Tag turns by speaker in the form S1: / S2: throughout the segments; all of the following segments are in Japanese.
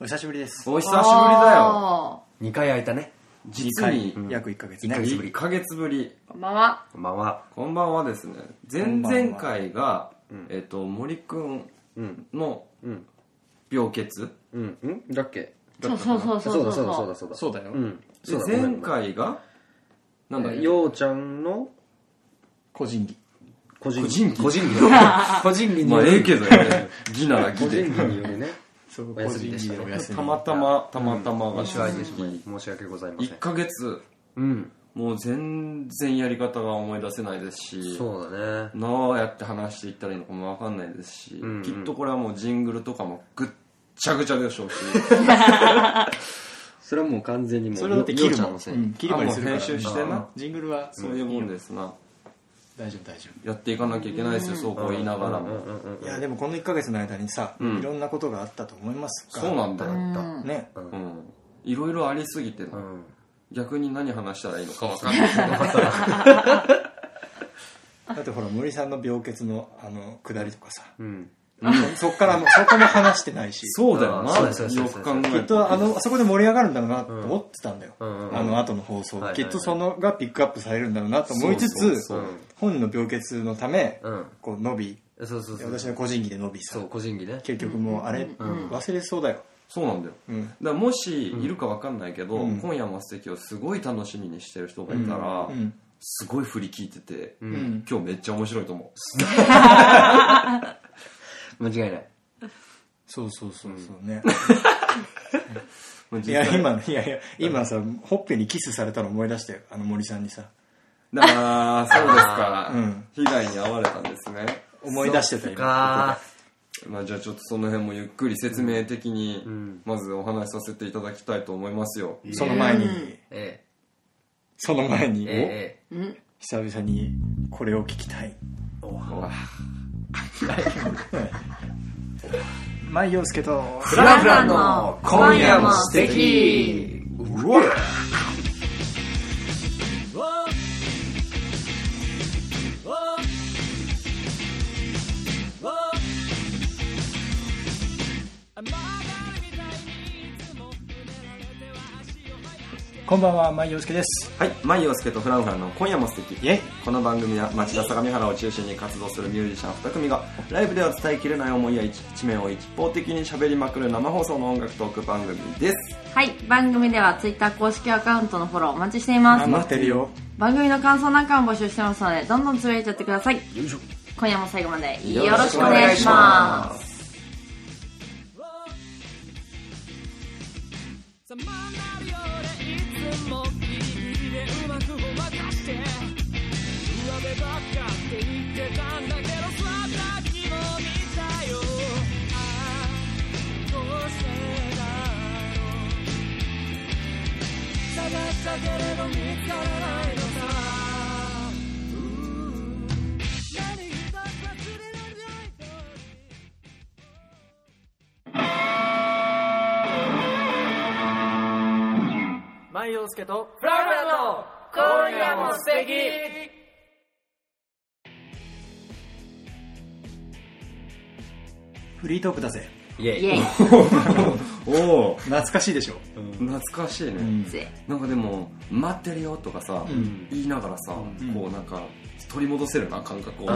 S1: お久しぶりです。
S2: お久しぶりだよ。
S3: よ。
S2: 2回空いたね。
S1: 実に約1ヶ月
S2: 1
S1: ね
S2: ヶ。月ぶり。1ヶ月ぶり。
S3: こんばんは。
S2: こんばんは。
S4: こんばんはですね前
S1: んばんは
S4: 々回が、えっと森くん
S2: うん。
S4: の
S2: うん。
S4: 病欠
S2: うん。うんだっけ
S3: そうそうそうそう
S2: だ
S3: そ
S2: そう
S3: う
S2: だ
S3: そ
S2: そう
S3: う
S2: だ。そうだ。
S1: そうだよ
S2: う。ん。
S4: で
S2: そうだ
S4: 前。回がな
S2: ご
S4: んだ
S2: めんごめん
S4: っけ
S2: えーようちゃんの
S1: 個人技。
S2: 個人
S4: 個人技
S2: 個人技だ 個人技に
S4: ま
S2: よ
S4: あ
S2: る。
S4: ええけどね技なら
S2: 個
S4: 技
S2: 人
S4: で
S2: 技によるね。
S1: そう、
S2: お
S1: 個
S2: 休み
S1: 人技
S2: でした
S1: で
S2: ね
S1: お休み。
S4: たまたまたまたまが
S2: 申し訳ござい ません申し訳ございませ
S4: 1
S2: ん。
S4: ヶ月
S2: うん。
S4: もう全然やり方が思い出せないですし
S2: そうだね。
S4: どうやって話していったらいいのかもわかんないですし、
S2: んうん
S4: きっとこれはもうジングルとかもぐっちゃぐちゃでしょうし
S2: それはもう完全にもう。
S1: それだって切る
S2: ようちゃ
S1: も
S2: ん
S1: ん。
S2: のせい。
S1: うん切り張りするから。
S4: あもう編集してな
S1: ジングルは、
S4: そういうもんですな
S1: 大丈夫大丈
S4: やっていかなきゃいけないですよそうこう言いながらも、
S2: うんうんうん
S1: 夫。いや、でもこの1ヶ月の間にさ、いろんなことがあったと思いますが。
S4: そうなんだよ、
S3: うん
S1: ね。
S4: うんいろいろありすぎてな、
S2: うん。
S4: 逆に何話したらいいのか分かんない
S1: だってほら、森さんの病欠の、あの、下りとかさ。
S2: うん。
S1: そっからも、そこも話してないし。
S4: そうだよ
S2: あーそう
S4: な
S2: ですそうです
S4: よく考え
S1: き
S4: て
S1: っとあのあそこで盛り上がるんだろうなと思ってたんだよ、
S2: うんうんうん
S1: あの後の放送、
S2: はいはいは
S1: き
S2: い
S1: っとそのがピックアップされるんだろうなと思いつ
S4: そう
S1: つ
S4: そうそう
S1: 本人の病欠のため、
S2: うん。
S1: こう伸び
S2: そうそうそう。
S1: 私の個人技で伸びさ
S2: そう、個人技ね。
S1: 結局もうあれ、忘れそうだよ、
S4: そうなんだよ
S1: うん、
S4: だからもしいるか分かんないけど、
S1: うん
S4: 今夜も素敵をすごい楽しみにしてる人がいたら、
S1: うん
S4: すごい振り聞いてて、
S1: うんうん
S4: 今日めっちゃ面白いと思
S2: 間違いない。
S1: そうそうそうそう ね、
S4: う
S1: い
S4: 実
S1: や
S4: 際
S1: 今いやいや今さほっぺにキスされたの思い出してあの森さんにさ
S4: あーそうですか、
S1: うん
S4: 被害に遭われたんですね、
S1: 思い出してた今
S2: か
S4: まあ、じゃあちょっとその辺もゆっくり説明的に
S2: ん
S4: まずお話しさせていただきたいと思いますよ、
S1: ここでその前に、
S2: え
S1: その前に、
S2: え。え
S3: うん。
S1: 久々にこれを聞きたい
S2: え。お
S4: うわ
S1: 舞陽介と
S2: フ
S3: ラフラの今夜も素敵
S2: うわ
S1: こんばんは舞陽介です
S4: はい、マイオスケとフランフランの今夜も素敵
S1: イェイ
S4: この番組は町田相模原を中心に活動するミュージシャン2組がライブでは伝えきれない思いや一一面を一方的に喋りまくる生放送の音楽トーク番組です
S3: はい。番組ではツイッター公式アカウントのフォローお待ちしています。
S1: 待ってるよ
S3: 番組の感想なんかも募集してますので、どんどんつぶやいちゃってください。今夜も最後までよろしくお願いします。
S4: す
S5: 様なるようでいつもギリでうまくごまかして上辺ばっかって言ってたんだけどそんな気も見たよああどうしてだろう探したけれど見つからないのさうん何一つ忘れられないよ万葉介とフラフラの今夜も素敵
S1: フリートークだぜ
S2: イ
S3: イ
S2: ェ
S3: ェ
S2: イ。
S3: イ。
S4: おお
S1: 懐かしいでしょ、
S4: 懐かしいね、
S1: うん
S3: ぜ
S4: なんかでも「待ってるよ」とかさ、
S1: ん
S4: 言いながらさ、
S1: ん
S4: こうなんか取り戻せるな感覚を
S2: あ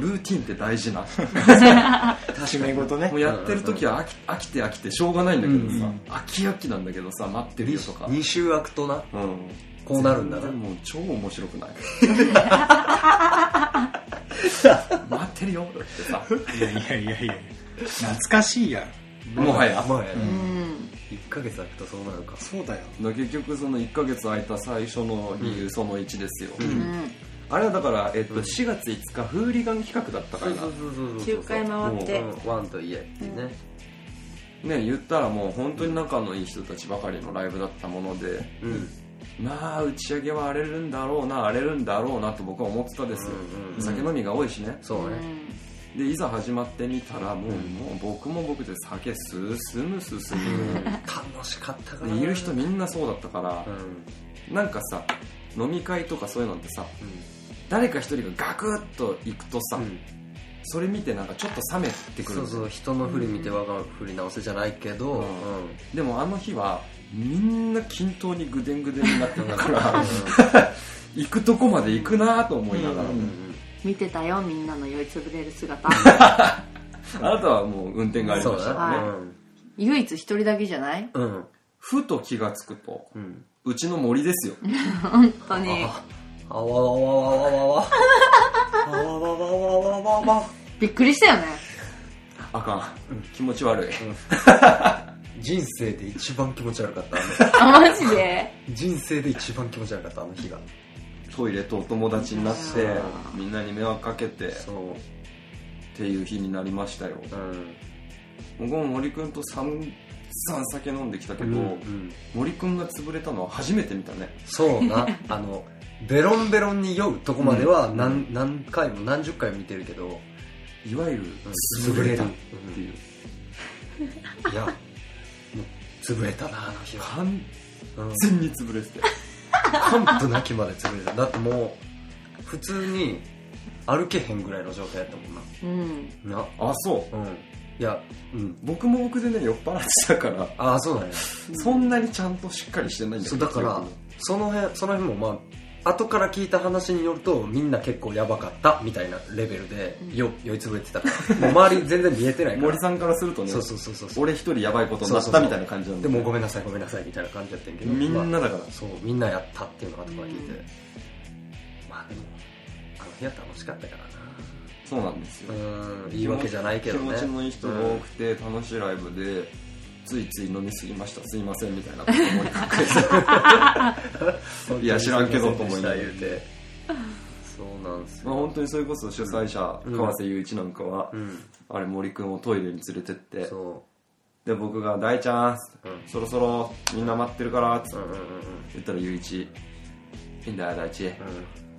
S4: ルーティンって大事な
S1: 締め事ね
S4: もうやってる時は飽き飽きて飽きてしょうがないんだけどさ、
S1: うん
S4: 飽き飽きなんだけどさ待ってるよとか
S2: ー二週空くとな、
S4: うん
S2: こうなるんだ
S4: で
S2: な。
S4: もう超面白くない 待ってるよってさ
S1: いやいやいやいや懐かしいやん
S4: もはや
S2: もはやね。
S3: うん。
S2: 一ヶ月空くとそうなるか。
S1: そうだよ
S4: 結局その1ヶ月空いた最初の理由その1ですよ、
S3: うん。
S4: あれはだから、えっと4月5日フーリガン企画だったからな
S2: そうそう
S3: そう9回回って
S2: もうワンと言えっていうね。
S4: ね言ったらもう本当に仲のいい人たちばかりのライブだったもので
S2: うん。うん
S4: まあ打ち上げは荒れるんだろうな荒れるんだろうなと僕は思ってたですよ、
S2: うんうん。
S4: 酒飲みが多いしね、
S2: そうね。
S4: でいざ始まってみたらもう,、もう僕も僕で酒進む進
S2: 楽しかったか
S4: む
S2: ら。
S4: でいる人みんなそうだったから
S2: うん。う、
S4: なんかさ飲み会とかそういうのってさ
S2: ん
S4: 誰か一人がガクッと行くとさ、
S2: うん
S4: それ見てなんかちょっと冷めてくる
S2: そうそう人の振り見て我が振り直せじゃないけど、
S4: うん
S2: うん
S4: でもあの日はみんな均等にぐでんぐでんになってたから
S2: う
S4: 行くとこまで行くなと思いながら、
S1: うん
S2: んうん
S3: 見てたよみんなの酔いつぶれる 姿
S4: あなたはもう運転があり
S2: そ
S4: ま
S2: う
S4: した
S2: だな
S4: からね
S3: 唯一一人だけじゃない
S2: うんうん
S4: ふと気がつくと
S2: うん
S4: うちの森ですよ
S3: 本当に
S2: ああわわわわわわわあわわわわわわわ
S3: びっくりしたよね
S4: あかん、気持ち悪い
S2: 人生で一番気持ち悪かったあ
S3: あマジで
S2: の人生で一番気持ち悪かったあの日が
S4: トイレとお友達になって
S2: う
S4: みんなに迷惑かけてっ
S2: そ
S4: ていう日になりましたよ
S2: ううん
S4: 僕も森くんと散々酒飲んできたけど、
S2: うん
S4: 森くんが潰れたのは初めて見たね
S2: そうな あのベロンベロンに酔うとこまでは何,、何回も何十回も見てるけど
S4: いわゆる
S2: 潰
S4: 潰
S2: れ
S4: れ
S2: た
S4: たっていう
S2: いやもう潰れたなあの日は、
S4: 完
S2: うん、
S4: 全に潰れてて
S2: 完膚なきまで潰れただってもう普通に歩けへんぐらいの状態やったもん
S3: うん
S2: なな
S4: あそう
S2: うんいやうん
S4: 僕も僕でね酔っ払ってたから
S2: ああそうなんや
S4: そんなにちゃんとしっかりしてないんだけ
S2: そう
S4: ど
S2: だからその辺その辺もまあ後から聞いた話によるとみんな結構やばかったみたいなレベルでよ酔いつぶれてたからもう周り全然見えてないから
S4: 森さんからするとね
S2: そうそうそうそう
S4: 俺一人やばいことになったみたいな感じなん
S2: で
S4: だ
S2: もごめんなさいごめんなさいみたいな感じやってんけど
S4: みん
S2: ま
S4: なだから
S2: あそうみんなやったっていうのがとから聞いて
S3: うん
S2: まあでもあの日は楽しかったから
S4: そうなんですよ
S2: なうん言い訳じゃないけどね
S4: 気持ちのいい人が多くて楽しいライブでついつい飲みすぎましたすいませんみたいなこと思いかけて
S2: うん
S4: いや知らんけどと思いながら
S2: 言うてそうなんす
S4: まあ
S2: よ
S4: 本当にそれこそ主催者、
S2: うん
S4: 川瀬雄一なんかは、
S2: うん
S4: あれ森くんをトイレに連れてって
S2: そ
S4: で僕が「大ちゃん、
S2: うん
S4: そろそろみんな待ってるから」って
S2: ううんうんうん
S4: 言ったら雄一「いいんだよ大一、
S2: うんうん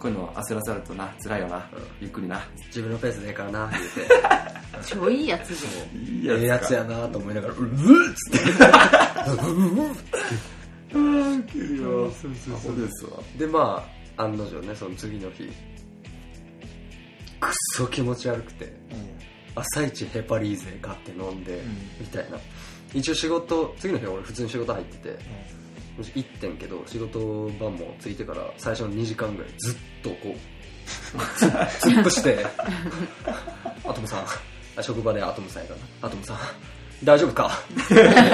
S4: こういうの焦らされるとな辛いよな、ゆっくりな
S2: 自分のペースでええからなって言って
S3: ちょいいやつじ
S4: い
S2: ええやつ
S4: や
S2: やなと思いながら、うぅっつって。ううっ
S4: つるよそうですわ
S2: で、まあ、案の定ね、その次の日。くっそ気持ち悪くて、朝一ヘパリーゼ買って飲んで、みたいな。一応仕事、次の日は俺普通に仕事入ってて、行ってんけど、仕事晩も着いてから最初の2時間ぐらいずっと こう、ずっとして、アトムさん、あ職場でアトムさんやから、アトムさん、大丈夫 か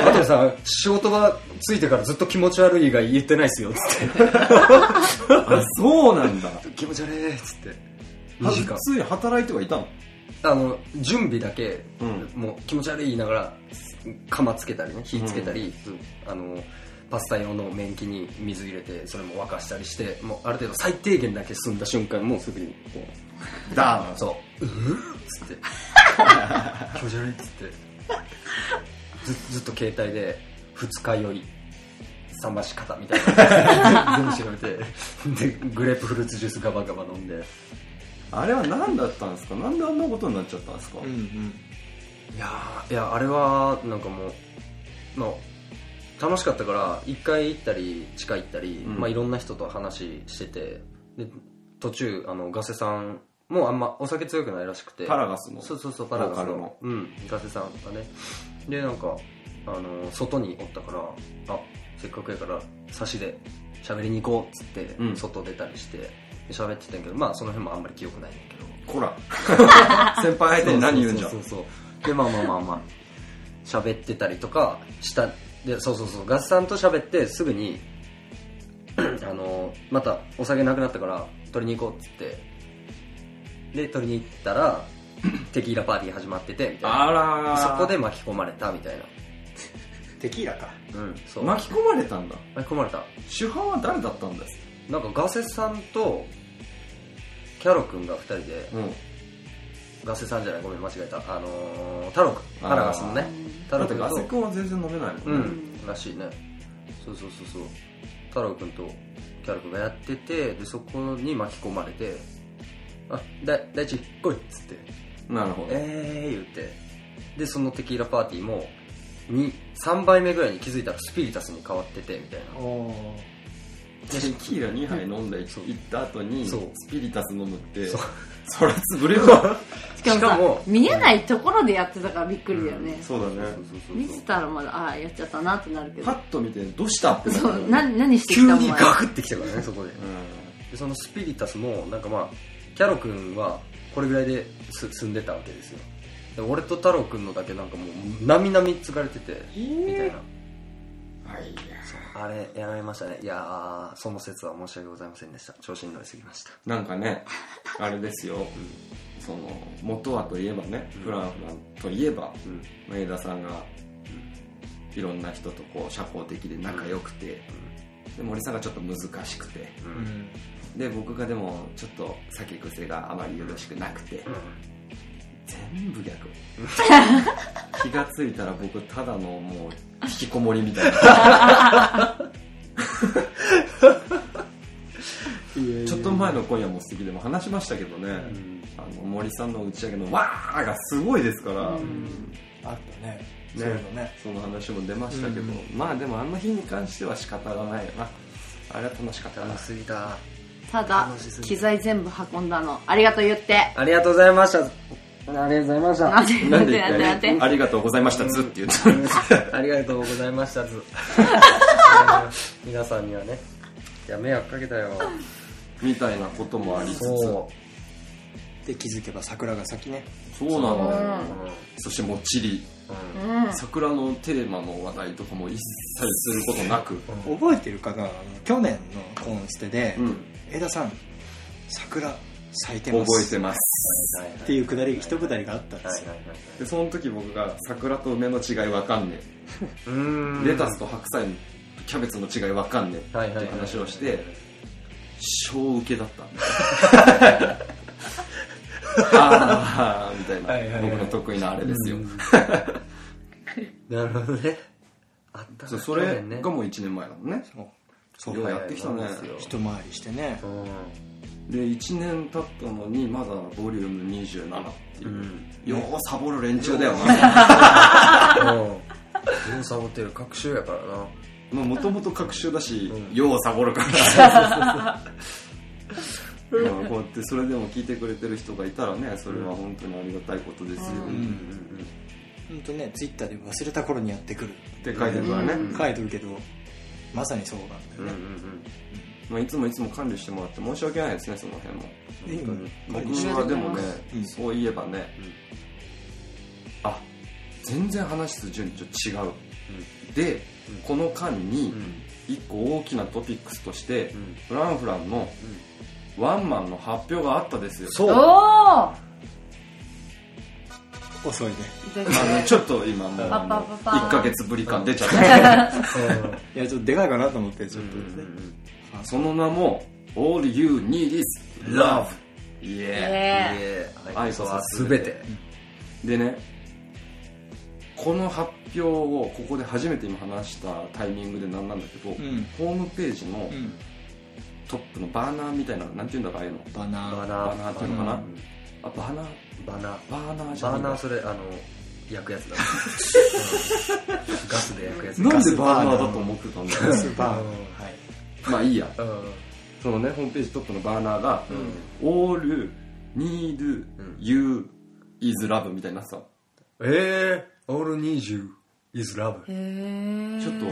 S2: アトムさん、仕事場着いてからずっと気持ち悪い以外言ってないっすよ、つって。
S4: あそうなんだ
S2: 気持ち悪い、つって。2時
S4: 普
S2: 間。
S4: 通に働いてはいたの
S2: あの、準備だけ、
S4: うん
S2: もう気持ち悪い言いながら、釜つけたりね、火つけたり、あの、パスタ用の麺器に水入れて、それも沸かしたりして、もうある程度最低限だけ済んだ瞬間、もうすぐにこう、
S4: だー
S2: そう。うっ つって。気持ち悪いっつって。ずずっと携帯で、二日酔い、冷まし方みたい な。全部調べて。で、グレープフルーツジュースガバガバ飲んで。
S4: あれは何だったんですかなんであんなことになっちゃったんですか、
S1: うんうん
S2: いやーいや、あれは、なんかもう、まあ、楽しかったから、一回行ったり、地下行ったり、
S4: うん
S2: まあいろんな人と話してて、で、途中、あの、ガセさんもあんまお酒強くないらしくて。
S4: パラガスの
S2: そうそうそうパラガス
S4: ボーカル
S2: の
S4: の
S2: うんガセさんがねでなんかあの外におったからあせっかくやから差しで喋りに行こうっつって、
S4: うん
S2: 外出たりしてで喋ってたんやけどまあその辺もあんまり記憶ないねんけど
S4: こら 先輩相手に何言うんじゃん
S2: そうそうそうそうでまあまあまあまあ喋ってたりとかしたでそうそうそうガスさんと喋ってすぐにあのまたお酒なくなったから取りに行こうっつってで取りに行ったらテキーラパーティー始まっててみたい
S4: あら
S2: な
S4: ー
S2: そこで巻き込まれたみたいな
S1: テキーラか
S2: うんそう巻
S4: 巻き込まれたんだ
S2: き込まれた
S4: 主犯は誰だったんです
S2: なんかガセさんとキャロ君が2人で
S4: うん
S2: ガセさんじゃないごめん間違えたあのー、太郎君
S4: あー
S2: タラガスのね太
S4: だ
S2: 郎
S4: って
S2: 君
S4: ガセ
S2: と
S4: 君は全然飲めないもんね、
S2: うん、らしいねそうそうそうそう太郎くんとキャラ君がやっててでそこに巻き込まれて「あだ大地来い」っつって
S4: なるほ
S2: 「
S4: ど
S2: えー」言ってでそのテキーラパーティーもに3杯目ぐらいに気づいたらスピリタスに変わっててみたいな
S1: おー
S4: テキーラ2杯飲んだ行った後に
S2: そう
S4: スピリタス飲むって
S2: そう
S4: そりゃ潰れるわ
S3: しかも
S2: し
S3: さ
S2: かも
S3: 見えないところでやってたからびっくりだよね、
S4: そうだね
S3: 見てたらまだああやっちゃったなってなるけ
S4: パ
S3: ど
S4: ッと見てどうしたってな
S3: そ
S4: る
S3: うな何して
S2: 急
S3: きたお
S2: に
S3: 前
S2: ガクってきたからねそこで
S4: う
S2: でそのスピリタスもなんかまあキャロ君はこれぐらいです住んでたわけですよで俺と太郎君のだけなんかもうなみなみ継がれててみたいなん
S4: はい
S2: あれやられましたねいやーその説は申し訳ございませんでした調子に乗りすぎました
S4: なんかねあれですよ、その元はといえばね、フランフランといえば
S2: うん
S4: 前田さんが、いろんな人とこう社交的で仲良くて、で森さんがちょっと難しくて
S2: う
S1: うんん
S4: で僕がでもちょっと酒癖があまりよろしくなくて、全部逆気がついたら僕ただのもう引きこもりみたいなちょっと前の今夜も素敵でも話しましたけどね、
S2: うん
S4: あの森さんの打ち上げの「わー!」がすごいですから、
S3: うん
S1: あったねそういうのね
S4: その話も出ましたけど、まあでもあの日に関しては仕方がないよなあれは楽しかったな
S2: 楽しすぎた
S3: ただ
S2: 楽しすぎる
S3: 機材全部運んだのありがとう言って
S2: ありがとうございましたありがとうございまし
S3: なんて
S4: な
S3: なん
S4: で
S3: んて
S4: 言ったら
S3: なんてなんて
S4: ありがとうございました」ずって言ったの
S2: ありがとうございましたず 皆さんにはねいや迷惑かけたよ
S4: みたいなこともありつつ
S2: そ
S1: で気づけば桜が咲きね
S4: そうなの、
S2: う、うん
S4: そしてもっちり
S2: う
S3: うん
S4: 桜のテーマの話題とかも一切することなく
S1: 覚えてるかなあの去年のコンステで
S4: うん
S1: 「江田さん桜咲いてま
S4: 覚え
S1: す
S4: て」ます
S1: っていうくだり一くだりがあったんですよ
S4: でその時僕が桜と梅の違いわかんね
S2: うー
S4: え
S2: ん
S4: レタスと白菜のキャベツの違いわかんねえ
S2: はい
S4: っ
S2: はい
S4: て話をして小受けだ ったんだああみたいな、
S2: はいはいはい
S4: 僕の得意なあれですよ、
S2: うんなるほどねあったな
S4: そうそれ
S2: 去年ね
S4: がもう1年前だもんね
S1: そう
S4: そ
S1: そうう
S4: やってきたね
S2: はいはいはい
S1: 一回りしてね
S4: で1年経ったのにまだボリューム27っていう、
S2: うん
S4: ようサボる連中だよな
S2: うんうん自分サボってる隔週やからな
S4: もともと隔週だし、
S2: うん
S4: ようサボるからそうそうそうまあこうやってそれでも聞いてくれてる人がいたらねそれは本当にありがたいことですよ、
S3: う
S2: うん
S4: っ
S2: うん
S1: 本当ねツイッターで忘れた頃にやってくる
S4: て書いてるからね、
S3: うん
S1: 書いてるけどまさにそうなんだ
S2: う
S1: よ
S2: んうんう
S1: ね
S2: ん
S4: まあ、いつもいつも管理してもらって申し訳ないですねその辺も
S1: で今
S4: 僕
S1: 管理して
S4: はでもね、
S1: うん
S4: そういえばね、
S2: うん
S4: あ全然話す順序違う、で、この間に
S2: うん
S4: 一個大きなトピックスとして、
S2: うん
S4: フランフランのワンマンの発表があったですよ
S2: そう
S3: おお
S1: 遅いね
S4: あのちょっと今もう
S3: パパパパ
S4: 1ヶ月ぶり感出ちゃった
S1: いやちょっとでかいかなと思ってちょっと
S2: うん
S1: ですねあ
S4: その名も「All You Need Is Love」イエ
S3: え
S4: 愛
S2: 愛
S4: こ
S2: 想
S4: そは
S2: は
S4: 全
S2: 全
S4: て
S2: て
S4: ーでねこの発表をここで初めて今話したタイミングで何なんだけど、
S1: うん
S4: ホームページの
S1: うん
S4: トップのバーナーみたいななんて言うんだろうああいうの
S1: バナ
S2: バ
S1: ー
S2: ナ
S4: バナーっていうのかな
S2: う
S4: あ
S2: ん
S4: バーナー
S2: バナー
S4: バーナーじゃな
S2: バ
S4: い
S2: ーナーそれあの焼くやつだ、うんガスで焼くやつ
S4: なんでバーナーだと思ってたんだろう
S1: スーパー
S2: うん
S1: はい
S4: まあいいや
S2: うん
S4: そのねホームページトップのバーナーが「All Need
S2: ん
S4: You Is Love」みたいになってたの
S2: えー、all need is love
S3: へえ
S4: ちょっ
S2: ん
S4: と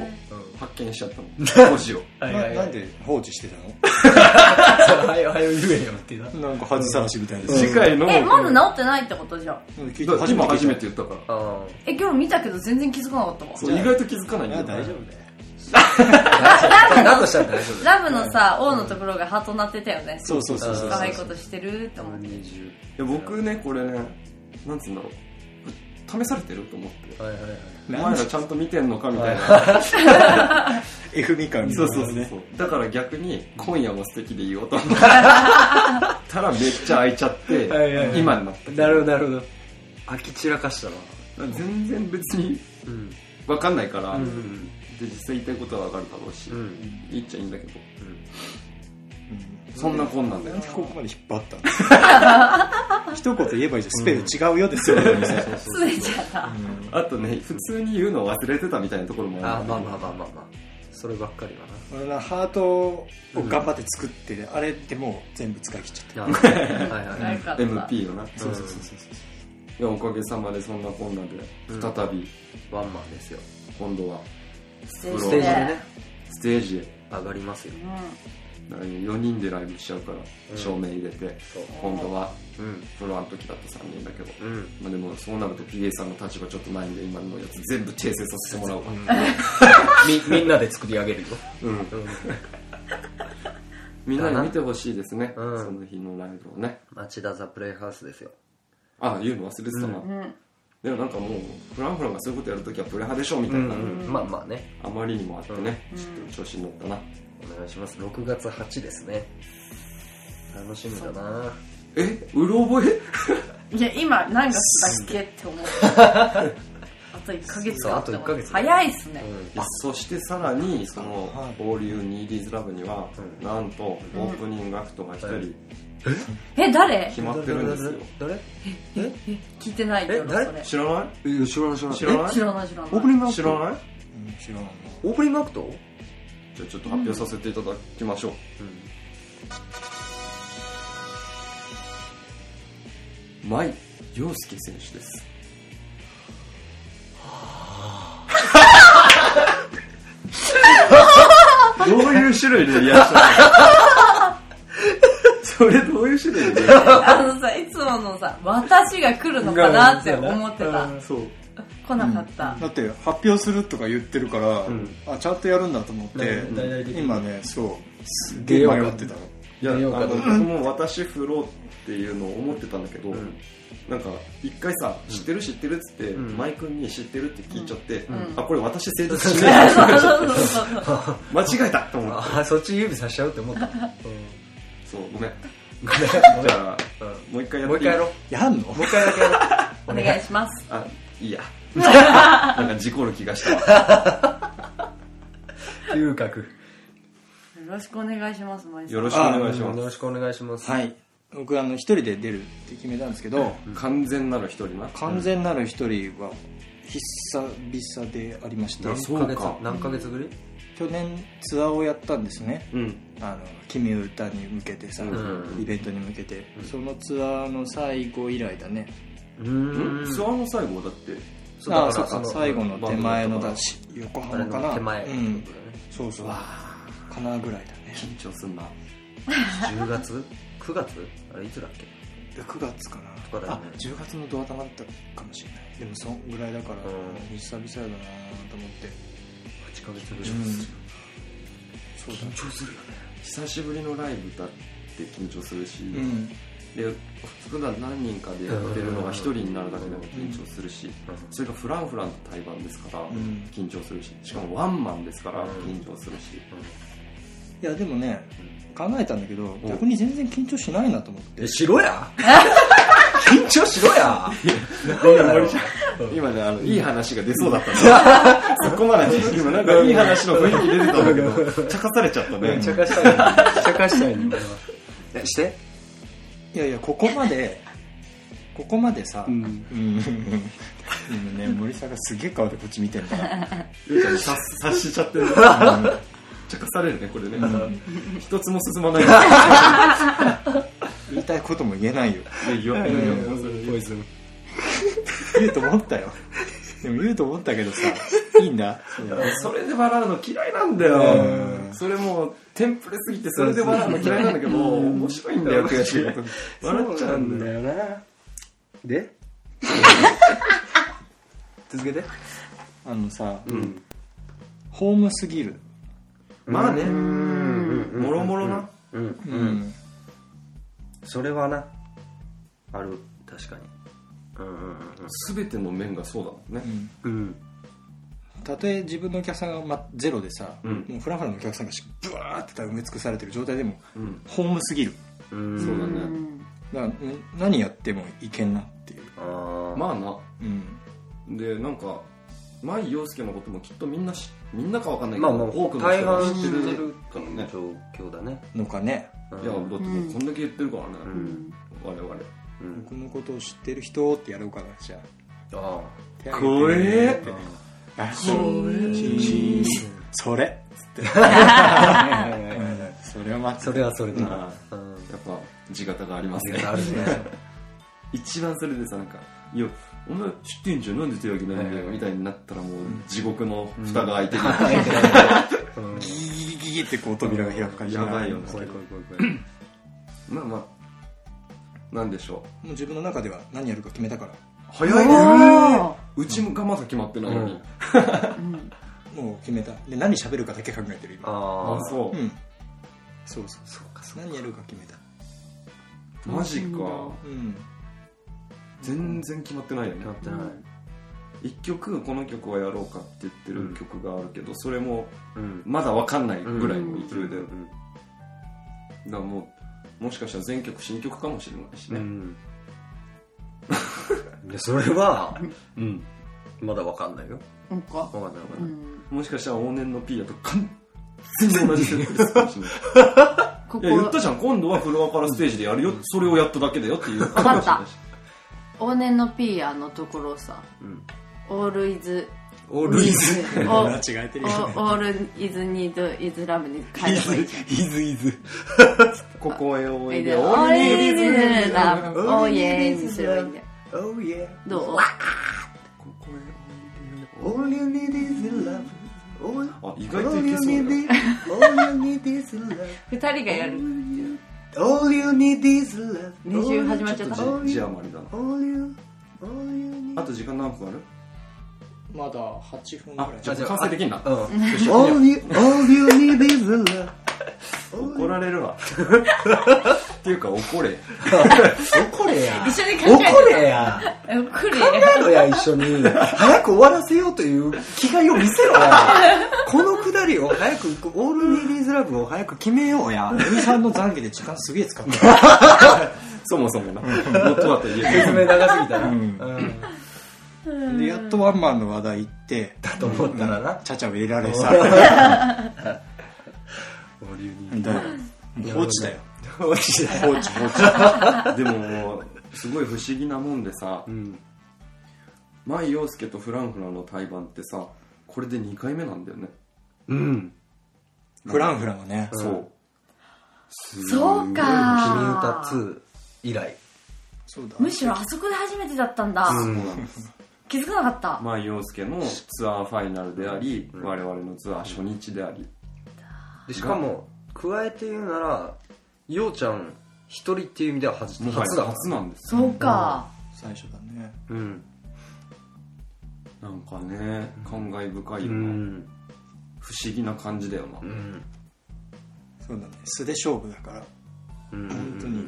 S4: 発見しちゃったの文字を
S2: は
S1: ななん
S2: で
S1: で放置して
S2: はよはよ言えよってな
S1: たの なんか恥さらしみたいです
S4: 次回の
S3: えまだ治ってないってことじゃん
S1: うん聞いて
S4: だ今初めて
S1: 聞い
S4: 言ったから
S2: あ
S3: え今日見たけど全然気づかなかったわ
S4: そう意外と気づかないんだ
S1: た
S4: よ
S1: あ大丈夫だよ
S2: あだとしたら大丈
S3: ラブのさ、王のところがハートなってたよね。
S1: そうそうそうそう
S3: 可愛いことしてるって
S2: 夫
S3: 思って。
S2: 20
S4: いや僕ねこれねなんつうんだろう試されてると思って
S2: はいはいはい
S4: お前らちゃんと見てんのかみたいな
S1: F みかんみた
S4: そ
S1: いうな
S4: そうそう
S1: ね
S4: そうだから逆に今夜も素敵で言おうと思ってたらめっちゃ開いちゃって
S2: はいはいはい
S4: 今になった
S2: なるほどなるほど空き散らかしたな
S4: 全然別に
S2: うん
S4: 分かんないから、
S2: うん
S4: で実際言いたいことは分かるだろうし、
S2: うん
S4: 言っちゃいいんだけど
S1: うん
S4: そんなこんなんだよ
S1: なんでここまで引っ張ったの一言言えばいいじゃんスペル違うよですよ
S3: すれちゃった。
S4: あとね普通に言うのを忘れてたみたいなところも
S2: あまあまあまあまあまあそればっかりは
S1: 俺らハートを頑張って作って、あれってもう全部使い切っちゃった
S2: な。なるほどはいはいはい
S3: 悪。かった。
S4: MP をな
S2: そう
S4: い
S2: そうそうそう。
S4: やおかげさまでそんなこんなで
S2: うん
S4: 再び
S2: ワンマンですよ。
S4: 今度は
S3: ステー
S2: ス
S3: ジ
S2: テージで
S3: で
S2: ね、
S4: ステージへ
S2: 上がりますよ。
S4: 4人でライブしちゃうから
S2: うん
S4: 照明入れて
S2: そう。
S4: 今度は
S2: うん。
S4: プロあの時だった3人だけど
S2: うん。
S4: まあでもそうなると PA さんの立場ちょっとないんで今のやつ全部訂正させてもらおうか
S2: み、みんなで作り上げるよ。
S4: うん
S2: うん。
S4: みんなに見てほしいですねそ
S2: うん
S4: の日のライブをね
S2: 町田ザ・プレイハウスですよ。
S4: あ言うの忘れてたな
S3: うん。うん。
S4: でもなんかもうフランフランがそういうことやるときはプレハでしょみた
S2: う
S4: い
S2: ん
S4: な
S2: うん。まあまあね。
S4: あまりにもあってね
S3: うん
S4: ちょっと調子に乗ったな
S2: お願いします。6月8ですね。楽しみだな
S4: えうろ覚え
S3: いや、今何月だっけって 思って。あと1ヶ月
S2: そう
S3: か
S2: あと一ヶ月
S3: 早いっすね。
S2: う
S4: あそしてさらにその
S1: はい
S4: 「オールユーニーディーズラブには
S2: うん
S4: なんとオープニングアクトが一人
S3: え、誰
S4: 決まってるんですよ
S2: 誰
S3: 聞いてないけど、
S2: え誰
S3: それ。
S4: 知らない
S2: え、知らない知ら
S4: 知らない
S3: 知らない知らない。
S2: オープニングアク
S4: 知
S2: ト
S4: ら
S1: う
S4: ない
S1: ん知らんの
S2: オープニングアクト
S4: じゃあちょっと発表させていただきましょう舞陽介選手です どういう種類でリアクション それどういう種類でリアクション
S3: あのさ、いつものさ、私が来るのかなって思ってた。
S4: そう
S3: 来なかった。
S1: だって発表するとか言ってるから、あちゃんとやるんだと思って、
S2: うん大々的に
S1: 今ねそうすっげえ迷ってたの
S4: いやあ
S2: 出ようか
S4: の
S2: と
S4: 僕も私振ろうっていうのを思ってたんだけど、
S2: うん
S4: なんか一回さ「知ってる知ってる」っつって、
S2: うん
S4: マイ君に「知ってる」って聞いちゃって、
S3: うん
S4: あこれ私成立 しない
S3: そうそうそうそう。
S4: 間違えたと思って
S2: ああ、そっち指さしちゃうって思った。うん。
S4: そうごめん
S2: ごめん
S4: じゃあ
S2: ごめん
S4: もう一回
S2: う
S4: やっ
S2: んもう
S4: てい
S2: 一回やろう。
S1: やんの
S2: もう一回だけやろう。
S3: お願いします。
S4: あいい やなんか事故る気がしたわ
S2: 嗅 覚。
S3: よろしくお願いします、森さん。
S4: よろしくお願いします
S2: よろしくお願いします。
S1: はい僕あの一人で出るって決めたんですけど、
S4: 完全なる一人な
S1: 完全なる一人は久々でありまして
S4: あそう
S2: 何ヶ月
S4: か
S2: 何ヶ月ぶり
S1: 去年ツアーをやったんですね
S4: うん
S1: 「あの君を歌」に向けてさ、
S2: ん
S1: イベントに向けて、そのツアーの最後以来だね、
S2: う
S4: うんツアーの最後だって
S2: そう
S1: あ
S2: だ
S1: あ
S2: か
S1: そう
S2: らそ
S1: か
S2: の
S1: 最後の手前のだし横
S2: あれ
S1: 浜か
S2: の
S1: な
S2: 手前
S1: う
S2: の
S1: ん
S2: とこ
S1: そうそうかなぐらいだね
S4: 緊張すんな
S2: だね10月9月あれいつだっけ
S1: 9月かな
S2: とかだよね
S1: あ10月のドア玉だったかもしれないでもそんぐらいだから、
S2: うん
S1: 久々だなと思って、
S2: 8ヶ月ぶ
S1: そうだね
S2: 張するよね
S4: 久しぶりのライブだって緊張するし、
S1: うん
S4: で普段何人かでやってるのが一人になるだけでも緊張するし、それがフランフランと対バンですから、
S1: ん
S4: 緊張するししかもワンマンですから
S2: うん
S4: 緊張するし、
S1: いやでもね考えたんだけど逆に全然緊張しないなと思って
S2: えしろ や緊張しろやなんだよ
S4: 今ねあのいい話が出そうだったの突っ込まないで今なんかいい話の雰囲気出てたんだけど茶化されちゃったね
S2: めっちゃかしたいなちゃかしたいなえして
S1: いやいやここまでここまでさ、うん
S4: ん
S1: うんうんね、森さんがすげえ顔でこっち見てんだな、
S4: ゆうちゃんに察察しちゃって
S1: う
S4: る
S1: ん
S4: 茶化されるねこれね、
S1: ん
S4: 一つも進まない
S1: 言いたいことも言えないよ
S4: ね言わないよ
S2: ポイズン
S1: 言うと思ったよでも言うと思ったけどさいいんだ
S4: それで笑うの嫌いなんだよ
S1: う。ん
S4: それもう、テンプレすぎてそれで笑うの嫌いなんだけど、面白いんだよ、悔しいこと。笑っちゃうんだよ。
S2: よなで続けて
S1: あのさ、
S4: ん
S1: ホームすぎる、
S4: まあね、
S2: ん
S4: もろもろな。
S2: う
S1: う
S2: ん
S1: ん
S2: それはなある確かにうんうん
S4: すべての面がそうだもんね。
S2: うん
S1: たとえ自分のお客さんが、ま、ゼロでさ、
S4: うん
S1: もうフラフラのお客さんがしブワーって埋め尽くされてる状態でも
S4: うん。
S1: ホームすぎる
S2: うん
S4: そうだ
S3: う
S4: ね。
S3: ん
S1: だからん何やってもいけんなっていう、
S2: ああ
S4: まあな。
S1: うん、
S4: で、なんか、舞陽介のこともきっとみんなし、みんなかわかんないけ
S2: まあ
S4: ど、
S2: まあ
S4: 多くの
S2: 大
S4: 人
S2: 半
S4: が知
S2: 知
S4: っ
S2: ってて
S4: る
S2: る
S4: からね。
S2: 状況だね
S1: のかね
S2: うん
S4: いや、だってもうこんだけ言ってるから
S2: う
S4: ね、
S2: ん
S4: 我々。
S2: うん
S1: 僕のことを知ってる人ってやろうかなじゃ
S2: あ
S1: あ手挙げて
S4: 怖
S1: あそうそれ
S2: ー
S1: それって。
S2: や
S1: それはま
S2: それはそれでうん
S4: あやっぱ地形がありますね
S2: あるね
S4: 一番それでさなんか「いやお前知ってんじゃんなんで手を挙げないんだよ」みたいになったらもう地獄の蓋が開いてる、
S2: うん
S1: ギギギギギってこう扉が開く感じ。
S4: やばいよね
S2: 怖い怖い怖い怖い
S4: まあまあなんでしょう
S1: もう自分の中では何やるか決めたから。
S4: 早
S3: お
S4: いね
S3: ー
S4: うちがまだ決まってないのに、
S2: うん
S3: うん
S1: もう決めた。で、何喋るかだけ考えてる今。
S2: あ
S4: あ
S2: あう
S4: そう
S1: う、ん。そうそう
S2: そうかそうか
S1: 何やるか決めた。
S4: マジか
S1: うん。
S4: 全然決まってないよね
S2: なってない
S4: 一曲この曲はやろうかって言ってる曲があるけどそれも
S2: うん
S4: まだわかんないぐらいの勢いで、
S2: う
S4: だか
S2: ん
S4: らもうもしかしたら全曲新曲かもしれないし
S2: う
S4: ね
S2: ん いやそれは
S4: うん、
S2: まだわかんないよ
S3: なんか
S2: わかんないわか
S3: うん
S2: ない
S3: ん
S4: もしかしたら往年のピーヤと完全に同じセットですかも しれない
S3: こ
S4: いや言った
S3: こ
S4: じゃん今度はフロアからステージでやるよそれをやっただけだよっていうわ
S3: かった往年のピーヤのところさ
S2: うん
S3: オールイズ
S2: オールイズ
S3: オ
S1: 間違えてるよね。
S3: ールイズニードイズラブに変えればいいじゃん
S2: イズイズ
S4: ここへお
S3: オー
S4: い
S3: ル
S4: で
S3: イズニードラブオーイエーにすればいいんだよ
S2: オーイエ
S3: どう
S4: ここへ
S2: ーオールイズイズラブオー
S4: あ意外といけそうだよ
S2: All you need is love.
S3: 二人がやる
S2: All you need is love.
S3: 練習始まっちゃった
S4: ちょっと字余りだな
S2: All you, all you need.
S4: あと時間何分ある
S1: まだ8分ぐらい。
S4: じゃあ完成できんな
S2: うん。All you, all you need is love.
S4: 怒られる わっていうか怒れ
S2: 怒れや。
S3: 一緒に考えて
S2: 怒れや。
S3: 来る
S2: 考えろや、一緒に。早く終わらせようという気概を見せろや。このくだりを早く、All you need is love を早く決めようや。
S1: おじさんの懺悔で時間すげえ使った。
S4: そもそもな元はと言え
S2: 説明長すぎたな。
S1: ん
S2: うん
S1: で、やっとワンマンの話題行って、
S2: だと思ったらな。
S1: ちゃちゃを入れられさ。
S2: All you need
S1: だよもう放置だよ。
S2: 放置だよ。
S1: 放置、放置。
S4: ばでももうすごい不思議なもんでさ
S2: うん。
S4: 舞陽介とフランフランの対バンってさこれで2回目なんだよね
S2: うん。
S1: フランフランはね。
S4: そう
S3: そう
S2: 君歌
S3: か
S2: 2以来。
S1: そうだ。
S3: むしろあそこで初めてだったんだ、
S2: うん
S4: そうなんです
S3: 気づかなかった、
S4: 舞陽介のツアーファイナルであり我々のツアー初日であり
S2: でしかも加えて言うならようちゃん一人っていう意味では初
S4: もは
S2: 初だ
S4: や初なんですよ
S3: そうか、
S1: 最初だね。
S2: うん、
S4: なんかね感慨深いうよなん不思議な感じだよな
S2: うん
S1: そうだね。素で勝負だから。
S2: うん
S1: 本当に。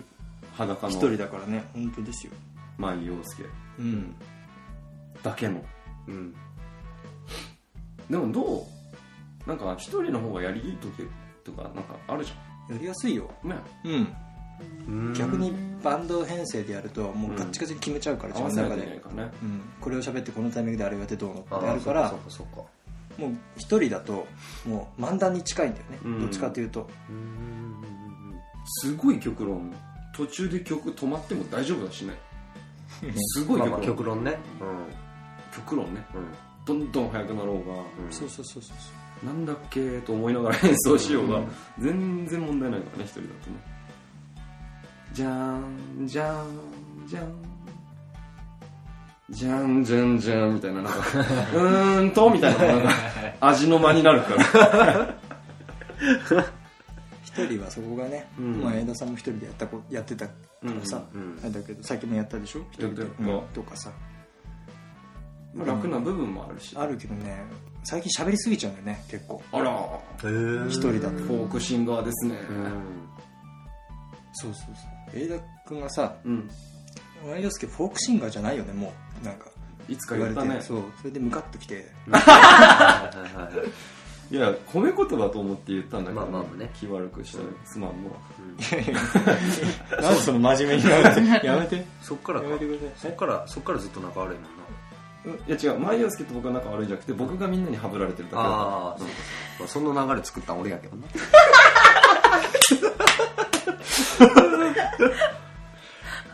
S4: 裸
S1: 一
S4: の
S1: 人だからね。本当ですよ。
S4: 舞陽介
S1: うん。
S4: だけの
S2: うん
S4: でもどうなんか一人の方がやりいい時とかなんかあるじ
S1: やりやすいよ。
S4: ゃんね
S1: うん。
S2: うん
S1: 逆にバンド編成でやるともうガッチガチに決めちゃうから、
S4: 合わ
S1: 自
S4: せ
S1: 分
S4: な
S1: の中
S4: きゃいけない
S1: で、
S4: からね
S1: うん、これを喋ってこのタイミングであれをやってどうの
S2: あ
S1: っ
S2: ー
S1: てあるから
S2: そうかそうか
S1: もう一人だともう漫談に近いんだよね、
S4: うん
S1: どっちかというと
S2: うん
S4: すごい極論途中で曲止まっても大丈夫だしねすごい
S2: まあ
S4: 極
S2: まあ
S4: 論,、
S2: 極論ね
S4: 極論ね
S2: うんうん
S4: どんどん速くなろうが、
S2: うん
S1: そうそうそうそう
S4: なんだっけと思いながら演奏しようが、
S1: うん
S4: 全然問題ないからね一人だとねじゃーんじゃーんじゃーんじゃんじゃんじゃんみたいななんかうーんとみたいななんか味の間になるから
S1: 一人はそこがね、
S4: うん
S1: まあ、江田さんも一人でやったこやってたからさ、
S2: うん
S1: あれだけどさっきもやったでしょ一人で、
S4: やった
S1: う
S4: よ
S1: んとかさ
S4: まあ楽な部分もあるし、
S1: あるけどね最近喋りすぎちゃうんだよね結構
S4: あら
S2: うんへえ
S1: 一人だと
S4: フォークシンガーですね
S2: うん
S1: そうそうそう江田君がさ
S4: うん、
S1: 「お前洋介フォークシンガーじゃないよねもう」なんか
S4: いつか
S1: 言わ
S4: 言っ
S1: れ
S4: た
S1: て、
S4: ね
S1: そうそれでムカッときて
S2: はいはいはいはい
S4: いや褒め言葉と思って言ったんだけど、
S2: まあまあね
S4: 気悪くしたらすまんも
S1: なんでその 真面目になるって。やめて。や
S2: そっからか
S1: めてくださ
S2: そっからそっからずっと仲悪いもんない
S4: や違う前洋介と僕は仲悪いんじゃなくて僕がみんなにハブられてるだけだから
S2: ああそうかそうかその流れ作ったん俺やけどな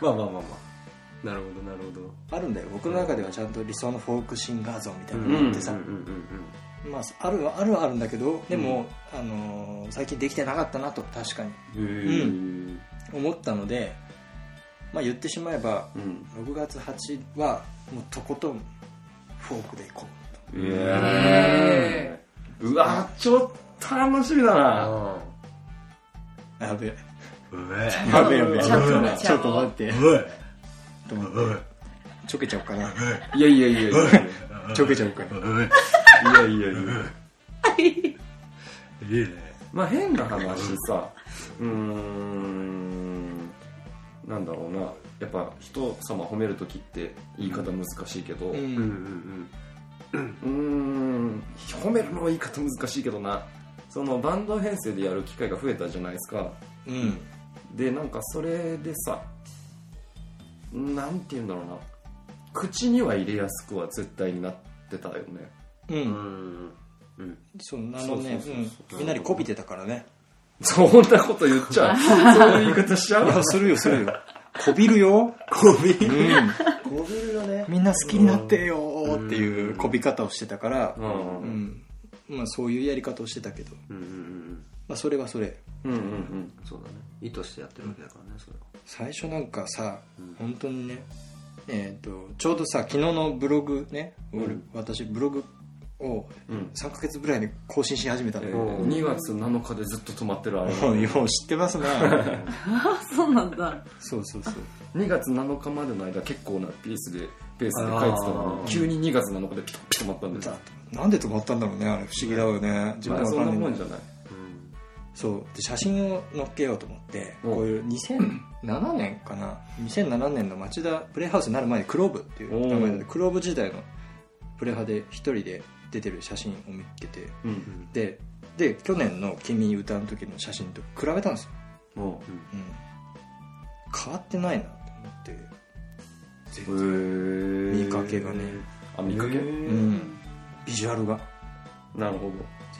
S2: まあまあまあまあなるほどなるほど
S1: い。あるんだよ。僕の中ではちゃんと理想のフォークシンガー像みたいなのがあってさ
S2: うんう、んうん
S1: まあ、あるはあるはあるんだけどでも、あのー最近できてなかったなと確かに
S4: へー
S1: 思ったので、まあ、言ってしまえば
S4: うん
S1: 6月8はもうとことんフォークでいこう
S4: う
S3: へ
S4: うわちょっと楽しみだな
S1: やべえ
S2: うえ
S1: やべえやべえ
S3: ちゃんと見ち
S1: ちょ
S3: ゃおう
S1: っと待って
S2: うえ
S1: と思って
S2: う
S1: ちょけちゃおうかない
S4: やいやいやいやいや
S1: ちょけちゃおうかな
S2: う
S4: いやいやいや
S2: えいいね
S4: まあ変な話さうーんなんだろうなやっぱ人様褒める時って言い方難しいけど、
S1: うん
S2: うんうん
S4: うーん褒めるのは言い方難しいけどなそのバンド編成でやる機会が増えたじゃないですか
S1: うん
S4: でなんかそれでさなんて言うんだろうな口には入れやすくは絶対になってたよね
S1: う
S2: うんうんんうん
S1: そんなのね
S4: そうそうそ
S1: う
S4: う
S1: んみんなにこびてたからね
S4: そんなこと言っちゃうそういう言い方しちゃ
S1: いうやするよするよ こびるよ
S2: こびる
S1: うん
S2: こびるよね
S1: みんな好きになってよーっていうこび方をしてたから
S4: う、ん
S1: う
S4: うん
S1: んまあ、そういうやり方をしてたけど、
S2: うんうんうん
S1: まあ、それはそれ
S4: うんうん
S2: そうだね意図してやってるわけだからねそれは
S1: 最初なんかさ、
S2: うん
S1: 本当にね、えー、とちょうどさ昨日のブログね、俺
S4: うん
S1: 私ブログを
S4: うん
S1: 3ヶ月ぐらいに更新し始めたの
S4: え
S1: よ、
S4: ー2月7日でずっと止まってるあれ
S1: もうよう知ってますね
S3: そうなんだ。
S1: そうそうそう
S4: 2月7日までの間結構なペースでペースで書いてたの
S2: あー
S4: に急に2月7日でピタッと止まったんですよ
S1: なんで止まったんだろうねあれ不思議だよね自
S4: ま
S1: 分
S4: あ
S1: は
S4: そんなもん
S1: じ
S4: じ
S1: ゃ
S4: ゃない
S2: うん
S1: そうで写真を載っけようと思って
S4: うん
S1: こういう2007年かな2007年の町田プレイハウスになる前にクローブっていう名前
S4: う
S1: で
S4: ん
S1: クローブ時代のプレハで一人で出てる写真を見つけて
S4: う
S2: うんん
S1: でで去年の「君歌」の時の写真と比べたんですよ、
S4: うん
S1: うん、変わってないなと思って全然
S4: へえ
S1: 見かけがね
S4: あ見かけ、
S2: へ
S1: う
S2: ー
S1: んビジュアルが
S4: なるほ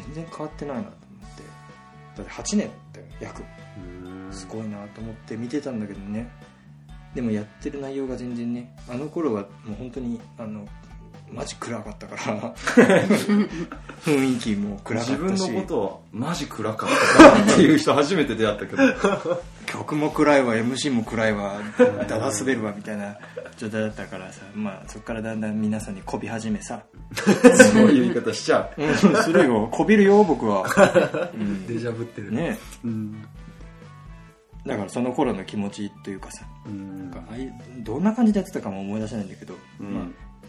S1: 全然変わってないなと思ってだって8年って約
S2: うん
S1: すごいなと思って見てたんだけどねでもやってる内容が全然ねあの頃はもう本当にあのマジ暗かったから 雰囲気も
S4: ど
S1: 暗か
S4: 自
S1: った
S4: 分
S1: し
S4: のことはマジ暗かったなっていう人初めて出会ったけど
S1: 曲も暗いわ MC も暗いわダダ滑るわみたいな状態だったからさまあそこからだんだん皆さんにこび始めさ
S4: そういう言い方しちゃう
S1: うんするよこびるよ僕は、うん
S2: デジャブってる
S1: ね
S2: うん
S1: だからその頃の気持ちというかさ
S2: うん
S1: なんかああいうどんな感じでやってたかも思い出せないんだけど、
S4: うん
S1: まあ、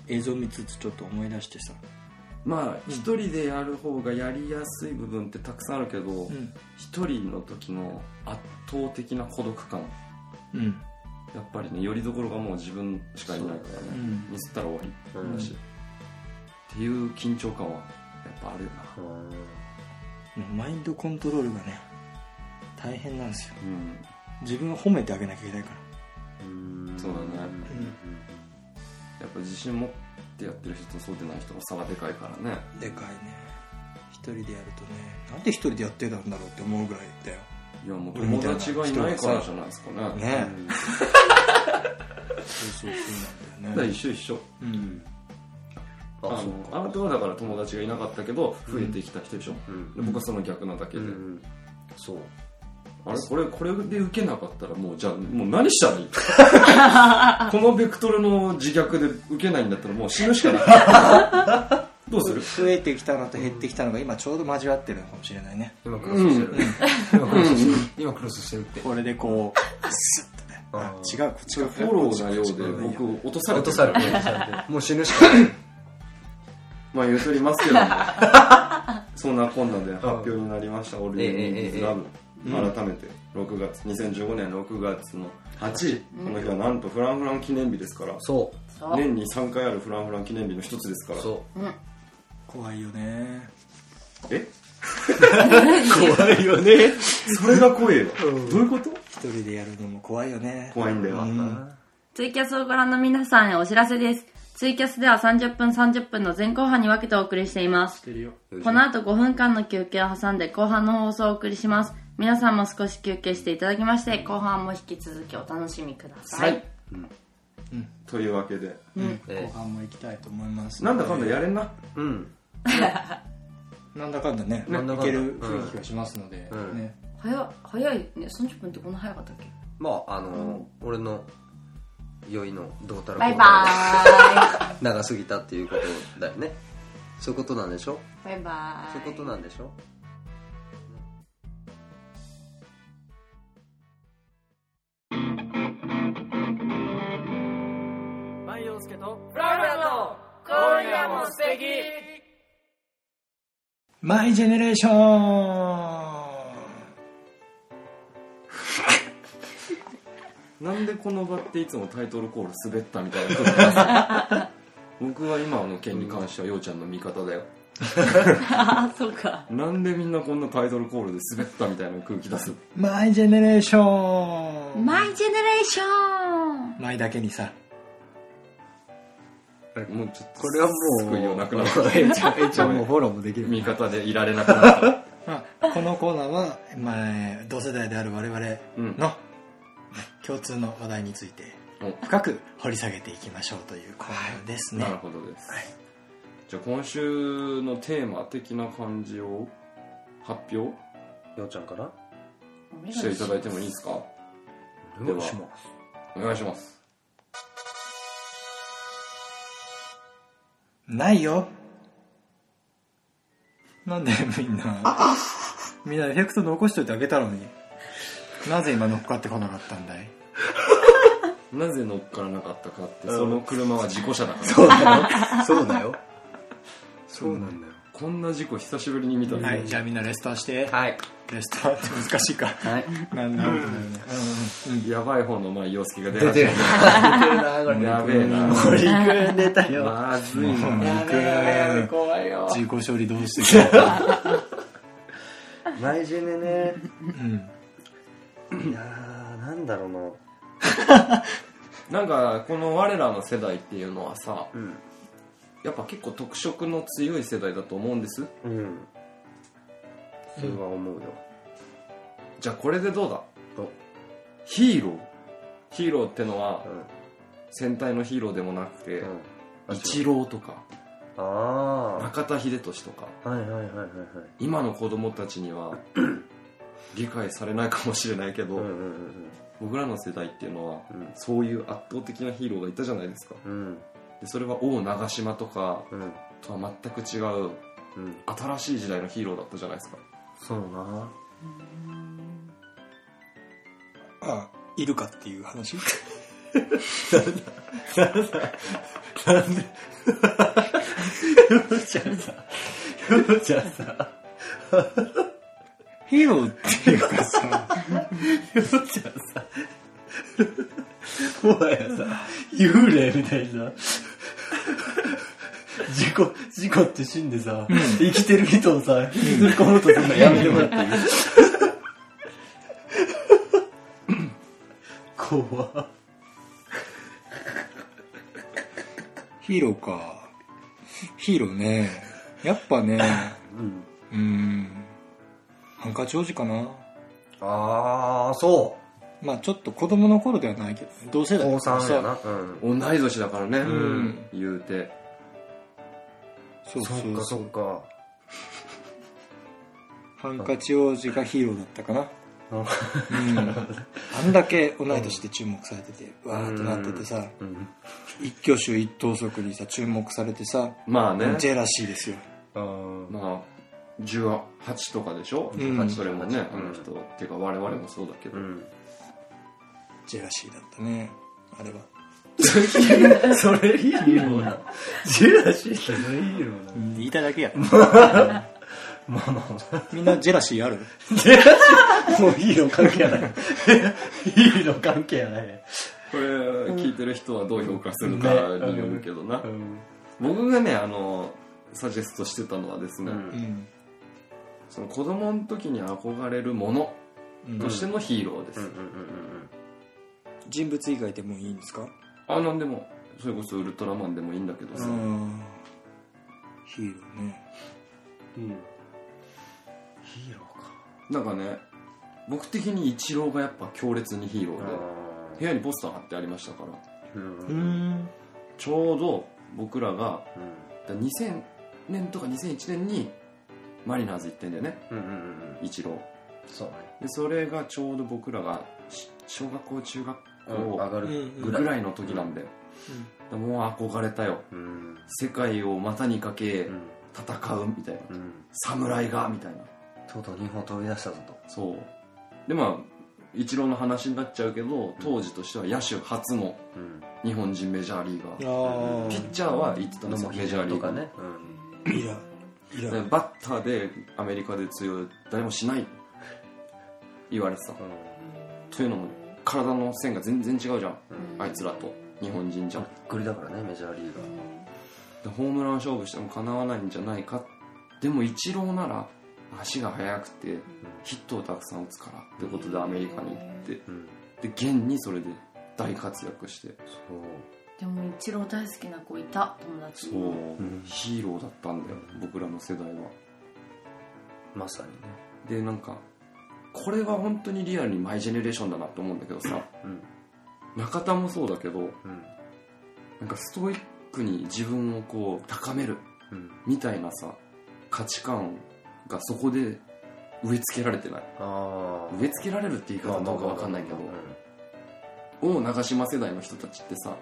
S1: 映像見つつちょっと思い出してさ、
S4: まあ一人でやる方がやりやすい部分ってたくさんあるけど
S1: ん
S4: 一、人の時の圧倒的な孤独感
S1: うん
S4: やっぱりねよりどころがもう自分しかいないからね
S1: うん
S4: ミスったら終わりだし、
S1: う
S4: っていう緊張感はやっぱあるよな
S1: マインドコントロールがね大変なんですよ
S4: うん
S1: 自分を褒めてあげなきゃいけないから
S2: うん
S4: そうだねやっぱ自信持ってやってる人とそうでない人の差がでかいからね
S1: でかいね一人でやるとねなんで一人でやってたんだろうって思うぐらいだよ
S4: いやもう
S1: 俺み
S4: 友
S1: たいな
S4: 達がいないからじゃないですかね
S1: ね
S2: うん
S1: そうそうそうなんだ
S4: だから
S1: よね
S4: 一緒一緒
S1: うん
S4: あ
S2: あそ
S4: の
S2: う
S4: あ
S2: か
S4: なたはだから友達がいなかったけど増えてきた人でしょ、
S2: うん
S4: で僕はその逆なだけ
S2: う
S4: で、
S2: んそう
S4: あれこれこれで受けなかったらもうじゃあもう何したらいい このベクトルの自虐で受けないんだったらもう死ぬしかないどうする
S1: 増えてきたのと減ってきたのが今ちょうど交わってるのかもしれないね
S2: 今クロスしてる今クロスして る今クロスしてるって
S1: これでこうスッとね
S2: あ
S1: あ違
S2: ー
S1: うこっちが
S4: フォローな
S1: こ
S4: よう
S1: っちが
S4: で僕落とされ
S2: 落
S4: て
S2: と
S4: る
S2: されて落とされてもう死ぬしかない
S4: まあ譲りますけどねそんなこんなで発表になりました「オールディーズ・ラブ」改めて6月2015年6月の8日この日はなんとフランフラン記念日ですから
S2: そ
S3: そう。
S4: 年に3回あるフランフラン記念日の一つですか
S2: う
S4: ら
S2: そ
S1: 怖いよね
S4: え
S2: う怖いよね
S4: それが怖えよどういうこと
S1: 一人でやるのも怖いよね
S4: 怖いんだよ
S1: うん
S3: ツイキャスをご覧の皆さんへお知らせです。ツイキャスでは30分30分の前後半に分けてお送りしています。
S1: してるよ
S3: この後5分間の休憩を挟んで後半の放送をお送りします。皆さんも少し休憩していただきまして、後半も引き続きお楽しみください。
S4: というわけで
S1: うん
S2: ええ
S1: 後半も行きたいと思います
S4: なんだかんだやれんな
S2: うん
S1: なんだかんだね
S2: なんだ
S1: い
S2: かんだ
S1: ける雰囲気がしますので、
S2: うん
S1: ね、
S3: 早っ早いね30分ってこんな早かったっけ
S2: まああの俺の酔いのどうたら
S3: バイ
S2: こうたら
S3: バー
S2: 長すぎたっていうことだよねそういうことなんでしょ
S3: イバイバーイ
S2: そういうことなんでしょ
S5: 万葉介とフラフラの今夜も素敵
S1: マイジェネレーション
S4: なんでこの場っていつもタイトルコール滑ったみたいなことなんですか僕は今の件に関してはようちゃんの味方だよ
S3: あそうか
S4: なんでみんなこんなタイトルコールで滑ったみたいな空気出すの
S1: マイジェネレーション
S3: マイジェネレーション
S1: マイだけにさ
S4: もうちょっと
S2: これはもう
S4: 救いをなくなっ
S2: えちゃんえち
S4: た
S2: ゃんもフォローもできる
S4: 味方でいられなくなった
S1: まあ、このコーナーは、まあ、同世代である我々の、
S4: うん
S1: 共通の話題について
S4: お
S1: 深く掘り下げていきましょうというコーナーですね、
S4: なるほどです、じゃあ今週のテーマ的な感じを発表
S2: ようちゃんから
S4: していただいてもいいですか
S2: お
S4: では
S2: 願いします
S4: お願いします
S1: ないよなんでみんなみんなエフェクト残しといてあげたのになぜ今乗っかってこなかったんだい
S4: なぜ乗っからなかったかってその車は事故車だから
S2: そうだよそうだよそうなんだよ
S4: こんな事故久しぶりに見た
S1: はいじゃあみんなレスターして
S2: はい
S1: レスターって難しいか
S2: はい
S1: なんなんだろうね
S4: やばい方の前陽介が出
S2: 出てる
S4: まし
S2: 出てる
S4: やべえな
S2: 森くん出た
S4: た
S2: よ
S4: まずいな
S2: やべえやべえやべえ怖いよ
S1: 自己処理どうしていくか
S2: マイジェネね
S1: うん
S2: いやーなんだろうな
S4: なんかこの我らの世代っていうのはさ
S2: うん
S4: やっぱ結構特色の強い世代だと思うんです
S2: うんそれは思うよ
S4: じゃあこれでどうだ
S2: と
S4: ヒーローヒーローってのは
S2: う
S4: 戦隊のヒーローでもなくて、
S2: んうん
S4: イチローとか
S2: あ
S4: 中田秀俊とか
S2: あはいはいはいはいはい
S4: 今の子供たちに は理解されないかもしれないけど、
S2: うんうん
S4: 僕らの世代っていうのは
S2: うん
S4: そういう圧倒的なヒーローがいたじゃないですか
S2: うん
S4: でそれは王長島とか
S2: うん
S4: とは全く違う
S2: うん
S4: 新しい時代のヒーローだったじゃないですか
S2: そうな
S1: あいるかっていう話
S2: ようちゃんさようちゃんさ
S1: ヒーローっていうかさ、
S2: ようちゃんさもはやさ幽霊みたいな事故事故って死んでさ、生きてる人をさ引きずり込むとすんのやめてもらっていい怖っ
S1: ヒーローか。ヒーローね。やっぱね、
S2: うん
S1: うーん。ハンカチ王子かな。
S2: ああそ
S1: まあちょっと子供の頃ではないけど、同世
S2: う
S1: 代
S2: 高3や
S1: そう
S2: なうん
S4: 同い年だからね、
S1: ん
S4: 言うて
S1: そう
S2: そ
S1: そ
S2: っ
S1: う
S2: か
S1: そ
S2: そうっか
S1: ハンカチ王子がヒーローだったか な。
S2: うん
S1: うん。あんだけ同い年で注目されてて、わーってなっててさ、
S2: うん
S1: 一挙手一投足にさ、注目されてさ、
S4: まあね
S1: ジェラシーですよ。
S2: あー
S4: まあ18とかでしょ、
S1: うん
S4: 18それもねあ
S2: うん
S4: の人、っていうか我々もそうだけど、
S2: うん
S1: ジェラシーだったね。あれは。
S2: それいいよなジェラシーってそれいいよな
S1: 言いたいだけや。
S2: まあまあ
S1: みんなジェラシーある
S2: ジェラシーもういいの関係やないいいの関係やないね
S4: これ聞いてる人はどう評価するかによるけどな、
S2: うん
S4: 僕がねあのサジェストしてたのはですね、
S2: う
S1: うんん。
S4: その子供の時に憧れるもの
S1: うん
S4: としてのヒーローです、
S2: うんうんうん
S1: 人物以外でもいいんですか
S4: あなんでもそれこそウルトラマンでもいいんだけどさ、
S1: んヒーローね
S2: うんうんヒーローか
S4: なんかね僕的にイチローがやっぱ強烈にヒーローで部屋にポスター貼ってありましたから
S2: うんうん
S1: ん
S4: ちょうど僕らが
S2: うん
S4: だから2000年とか2001年にマリナーズ行ってんだよね
S2: うんうんうん
S4: イチロー
S2: そう
S4: でそれがちょうど僕らがし小学校中学
S2: うん上
S4: 校
S2: が
S1: うん
S2: る
S1: うん
S4: ぐらいの時なんだよ、でもう憧れたよ
S2: うん
S4: 世界を股にかけ
S2: うん
S4: 戦うみたいな、
S2: うん
S4: 侍がみたいな
S2: とうとう日本飛び出したぞと
S4: そうでまあイチローの話になっちゃうけど当時としては野手初の
S2: うん
S4: 日本人メジャーリーガー
S1: あ
S4: ピッチャーは行ってたんですよメジャーリー
S2: と
S4: ガ
S2: か
S4: ー
S2: ね
S1: あイライ
S4: だ
S1: ラ
S4: からバッターでアメリカで通用誰もしない言われてた
S2: うん
S4: というのも体の線が全然違うじゃん
S2: うん
S4: あいつらと日本人じ
S2: じ
S4: ゃ
S2: ゃ
S4: ん
S2: っくりだからねメジャーリーガー
S4: でホームラン勝負してもかなわないんじゃないかでもイチローなら足が速くてヒットをたくさん打つからってことでアメリカに行って
S2: うん
S4: で現にそれで大活躍して
S2: そう
S3: でも一郎大好きな子いた友達
S4: そう、
S2: ん
S4: ヒーローだったんだよ僕らの世代は
S2: まさにね
S4: でなんかこれは本当にリアルにマイジェネレーションだなと思うんだけどさ
S2: うん
S4: 中田もそうだけど
S2: うん
S4: なんかストイックに自分をこう高める
S2: うん
S4: みたいなさ価値観がそこで植え付けられてない
S2: ああ
S4: 植え付けられるって言い方どうか分かんないけど、を長島世代の人たちってさ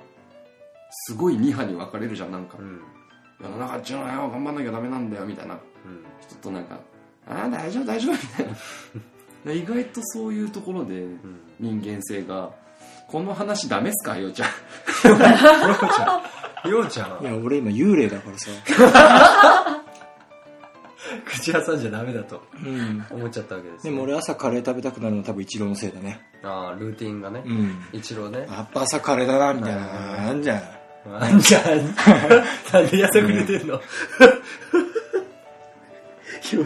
S4: すごい2派に分かれるじゃんなんか
S2: うん
S4: 「世の中っちゅうのはよ頑張んなきゃダメなんだよ」みたいな
S2: うん
S4: ちょっとなんか「ああ大丈夫大丈夫」みたいな で意外とそういうところで
S2: うん
S4: 人間性が「この話ダメっすかようちゃん」
S2: ようちゃ
S1: い
S2: ん
S1: や俺今幽霊だから さ、
S2: 口挟んじゃダメだと
S1: うん、
S2: 思っちゃったわけです
S1: で
S2: ね
S1: も俺朝カレー食べたくなるのは多分一郎のせいだね
S2: ああルーティンがね
S1: うん
S2: 一郎ね
S1: やっぱ朝カレーだなみたいななんじゃん
S2: あんじゃんなんで痩せくれてんのよう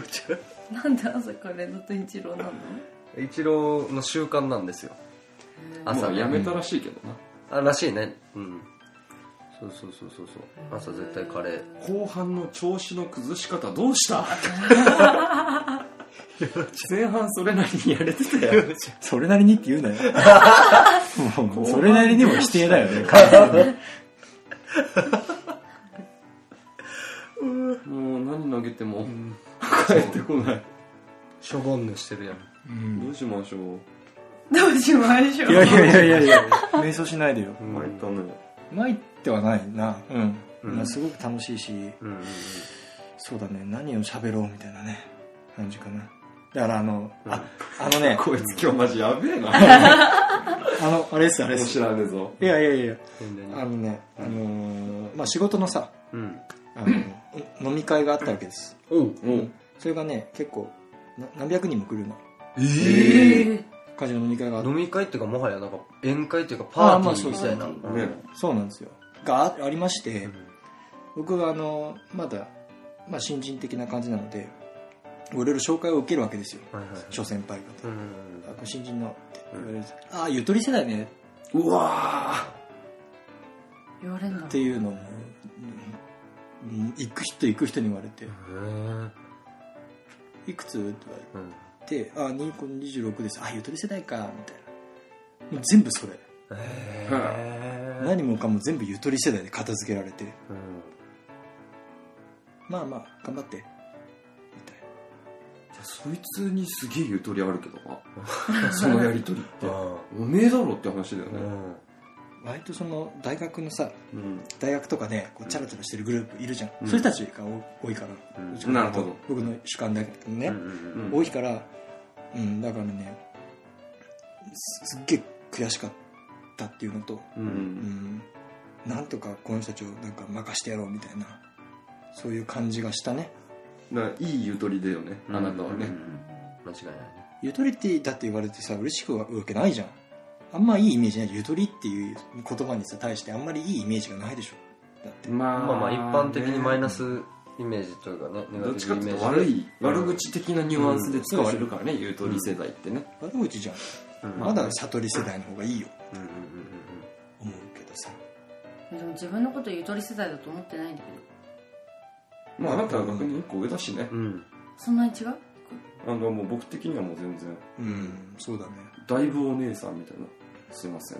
S2: ちゃん
S3: なんで朝カレーだと一郎なの
S2: 一郎の習慣なんですよ朝
S4: もう
S2: ね
S4: やめたらしいけどな、
S2: あらしいねうんそうそうそうそうそう朝絶対カレー
S4: 後半の調子の崩し方どうした前半それなりにやれてたよ
S1: それなりにって言う なよもうそれなりにも否定だよね
S4: もう何投げても帰ってこない
S2: しょぼんぬしてるやん
S1: うん
S4: どうしましょう
S3: どうしましょ
S1: いやいやいやいやい や瞑想しないでよ
S4: 参ったね
S1: ないってはないなうん、
S2: うん
S1: まあ、すごく楽しいし、
S2: うんうん
S1: そうだね何を喋ろうみたいなね感じかなだからあの、
S2: うん
S1: ああのね
S4: こいつ今日マジやべえな
S1: あのあれですあれで
S4: 面
S1: す
S4: 白いねえぞ
S1: いやいやいや
S2: うん
S1: あのねあのーまあ仕事のさ
S2: うん
S1: あの飲み会があったわけです
S2: おう
S4: うん
S1: それがね結構な何百人も来るような
S2: ええ
S1: 感じの飲み会があって
S2: 飲み会っていうかもはやなんか宴会っていうかパーティーみたいな
S1: あま
S2: う
S4: あ
S1: そ
S4: そうですね
S2: ん
S1: うなんですよがあありまして僕はあのまだ、まあ、新人的な感じなのでいろいろ紹介を受けるわけですよ
S2: はいはい
S1: 諸先輩方
S2: うん
S1: あこれ新人のって言われるああゆとり世代ね
S4: うわ
S3: 言われんの
S1: っていうのを、うんうん行く人行く人に言われて
S2: へ
S1: 「いくつ?」って言わ
S2: えうん
S1: れて「あニーコン26です」「あゆとり世代か」みたいなもう全部それ
S2: へえ
S1: 何もかも全部ゆとり世代で片付けられて
S2: うん
S1: 「まあまあ頑張って」みたいな
S4: ーいやそいつにすげえゆとりあるけどなそのやりとりって
S2: あ
S4: おめえだろって話だよ
S2: あう
S4: ね
S2: ん
S1: 割とその大学のさ
S4: うん
S1: 大学とかでこうチャラチャラしてるグループいるじゃん、
S4: うん
S1: そういう人たちが多多いから、
S2: うん
S1: うちから
S4: なるほど
S1: 僕の主観だけどね、
S2: うんうん
S4: ん
S1: 多いからうんだからねすすっげえ悔しかったっていうのと、
S4: う
S1: うんん、なんとかこの人たちをなんか任してやろうみたいなそういう感じがしたね
S4: だからいいゆとりだよね
S2: うん
S4: あなたはね
S2: 間違いないね
S1: ゆとりってだって言われてさ嬉しくはわけないじゃんあんまいいイメージないゆとりっていう言葉にさ対してあんまりいいイメージがないでしょだって
S4: ま
S2: まあまあ一般的にマイナ
S4: ス
S2: スイメージというかねネガ
S4: どっ
S2: テ
S4: ち
S2: ィ
S4: かっ
S2: ブイ
S4: ていう
S2: メージ
S4: と悪い悪口的なニュアンスで使われるからねゆとり世代ってね
S1: 悪口じゃん
S2: うん
S1: まだ悟り世代の方がいいよ
S2: うんうんうん
S1: 思うけどさ
S3: でも自分のことゆとり世代だと思ってないんだけど
S4: まああなたは逆に1個上だしね
S2: うんうん
S3: そんなに違う
S4: あのもう僕的にはもう全然
S1: うんそうだね
S4: だいぶお姉さんみたいなすいません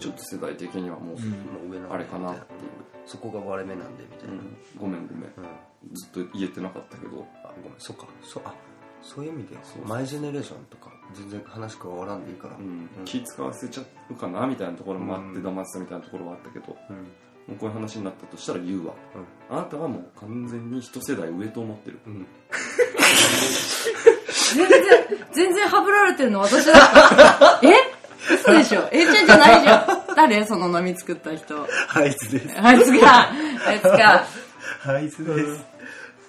S4: ちょっと世代的にはもう、
S1: うん
S2: もう上なんで
S4: あれかなっていう、
S2: そこが割れ目なんでみたいな、
S4: うん、ごめんごめん
S2: うん
S4: ずっと言えてなかったけど
S2: あごめんそっかそあそういう意味で
S4: そうそう
S2: マイジェネレーションとか全然話加わらんでいいから
S4: う
S2: うん
S4: ん、気使わせちゃうかなみたいなところもあっ
S2: う
S4: て
S2: ん
S4: 黙ってたみたいなところはあったけど、も
S2: うん
S4: うこういう話になったとしたら言うわあなたはもう完全に一世代上と思ってる
S2: うん
S3: 全然、全然ハブられてるの私だった。え嘘でしょえちゃんじゃないじゃん。誰その波作った人。
S2: あいつです
S3: あいつか、あいつか。
S2: あいつです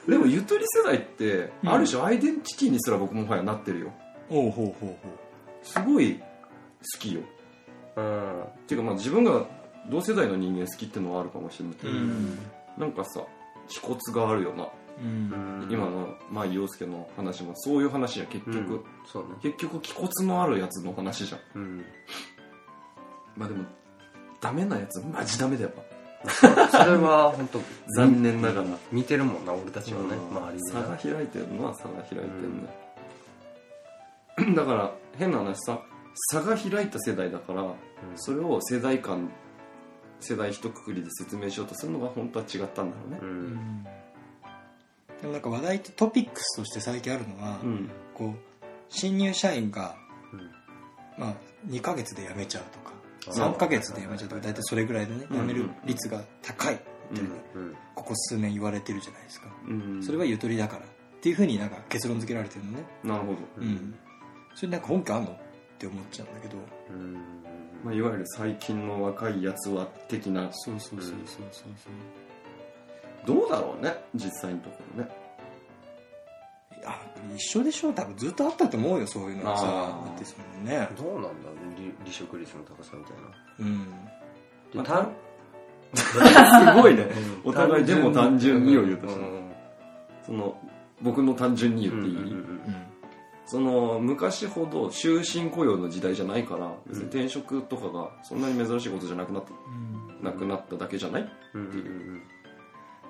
S4: でもゆとり世代って、ある種アイデンティティにすら僕もはやなってるよ
S1: おうほうほうほう
S4: すごい好きよ
S2: うん
S4: っていうかまあ自分が同世代の人間好きってのはあるかもしれないけど、
S1: うん
S4: なんかさ気骨があるよな、
S1: うん
S4: 今のまあ洋介の話もそういう話じゃん結
S2: うん
S4: 局、
S2: そうね
S4: 結局気骨のあるやつの話じゃん
S2: うん
S4: まあでもダメなやつマジダメだよ
S2: それは本当
S4: 残念ながら
S2: 似てるもんな俺たちはね
S4: うん
S2: 周りに
S4: 差が
S2: な
S4: 開いてるのは差が開いてるね、 だから変な話さ差が開いた世代だから、それを世代間世代一括りで説明しようとするのが本当は違ったんだろうね
S2: う
S1: うんんでもなんか話題ってトピックスとして最近あるのは、
S4: うん
S1: こう新入社員が、
S2: うん
S1: まあ、2ヶ月で辞めちゃうとか
S2: あ
S1: 3ヶ月で辞めちゃうとか大体それぐらいでね
S4: うん
S1: 辞める率が高いみたいな、
S4: うん
S2: うん
S1: ここ数年言われてるじゃないですか、
S4: うん
S1: それはゆとりだからっていうふうになんか結論付けられてるのね、
S4: なるほど、
S1: う
S2: う
S1: んんそれなんか本家あんのって思っちゃうんだけど
S2: うん
S4: まあ、いわゆる最近の若いやつは的な
S1: そうそう
S2: そ
S1: そうそ
S2: う
S1: うそう
S4: どうだろうね実際のところね
S1: あ一緒でしょ多分ずっとあったと思うよそういうのがさ
S4: あー
S1: だってそのね
S2: どうなんだろう離離職率の高さみたいな
S1: うん
S2: で
S4: ま
S2: 単
S4: あすごいねお互い
S2: 単
S4: で
S2: 純
S4: も単純にを言うと
S2: う
S4: したら
S2: ん
S4: その僕の単純に言っていい、
S2: うん
S1: うん
S4: その昔ほど終身雇用の時代じゃないから別に転職とかがそんなに珍しいことじゃなくなった,、なくなっただけじゃない、
S2: うんうんうん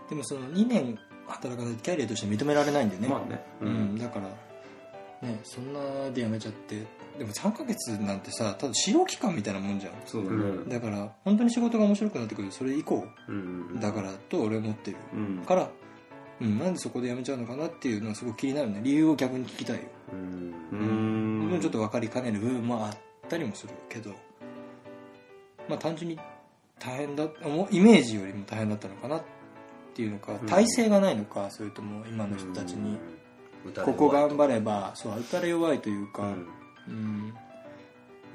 S1: でもその2年働かないとキャリアとして認められないんだよね、
S4: まあね
S2: う
S1: うんん、だからねそんなで辞めちゃってでも3ヶ月なんてさただ使用期間みたいなもんじゃん
S4: そうだね
S2: うん
S1: だから本当に仕事が面白くなってくるそれ以降
S2: うんうん
S1: だからと俺は思ってる
S4: うん
S1: から、うん、なんでそこで辞めちゃうのかなっていうのはすごく気になるね理由を逆に聞きたいよ、
S2: うん
S4: うん
S1: でもちょっと分かりかねる部分もあったりもするけどまあ単純に大変だもうイメージよりも大変だったのかなっていうのか
S2: うん
S1: 体制がないのかそれとも今の人たちに
S2: うん歌で
S1: ここ頑張ればそう打たれ弱いという
S2: う
S1: か、
S2: ん
S1: うん、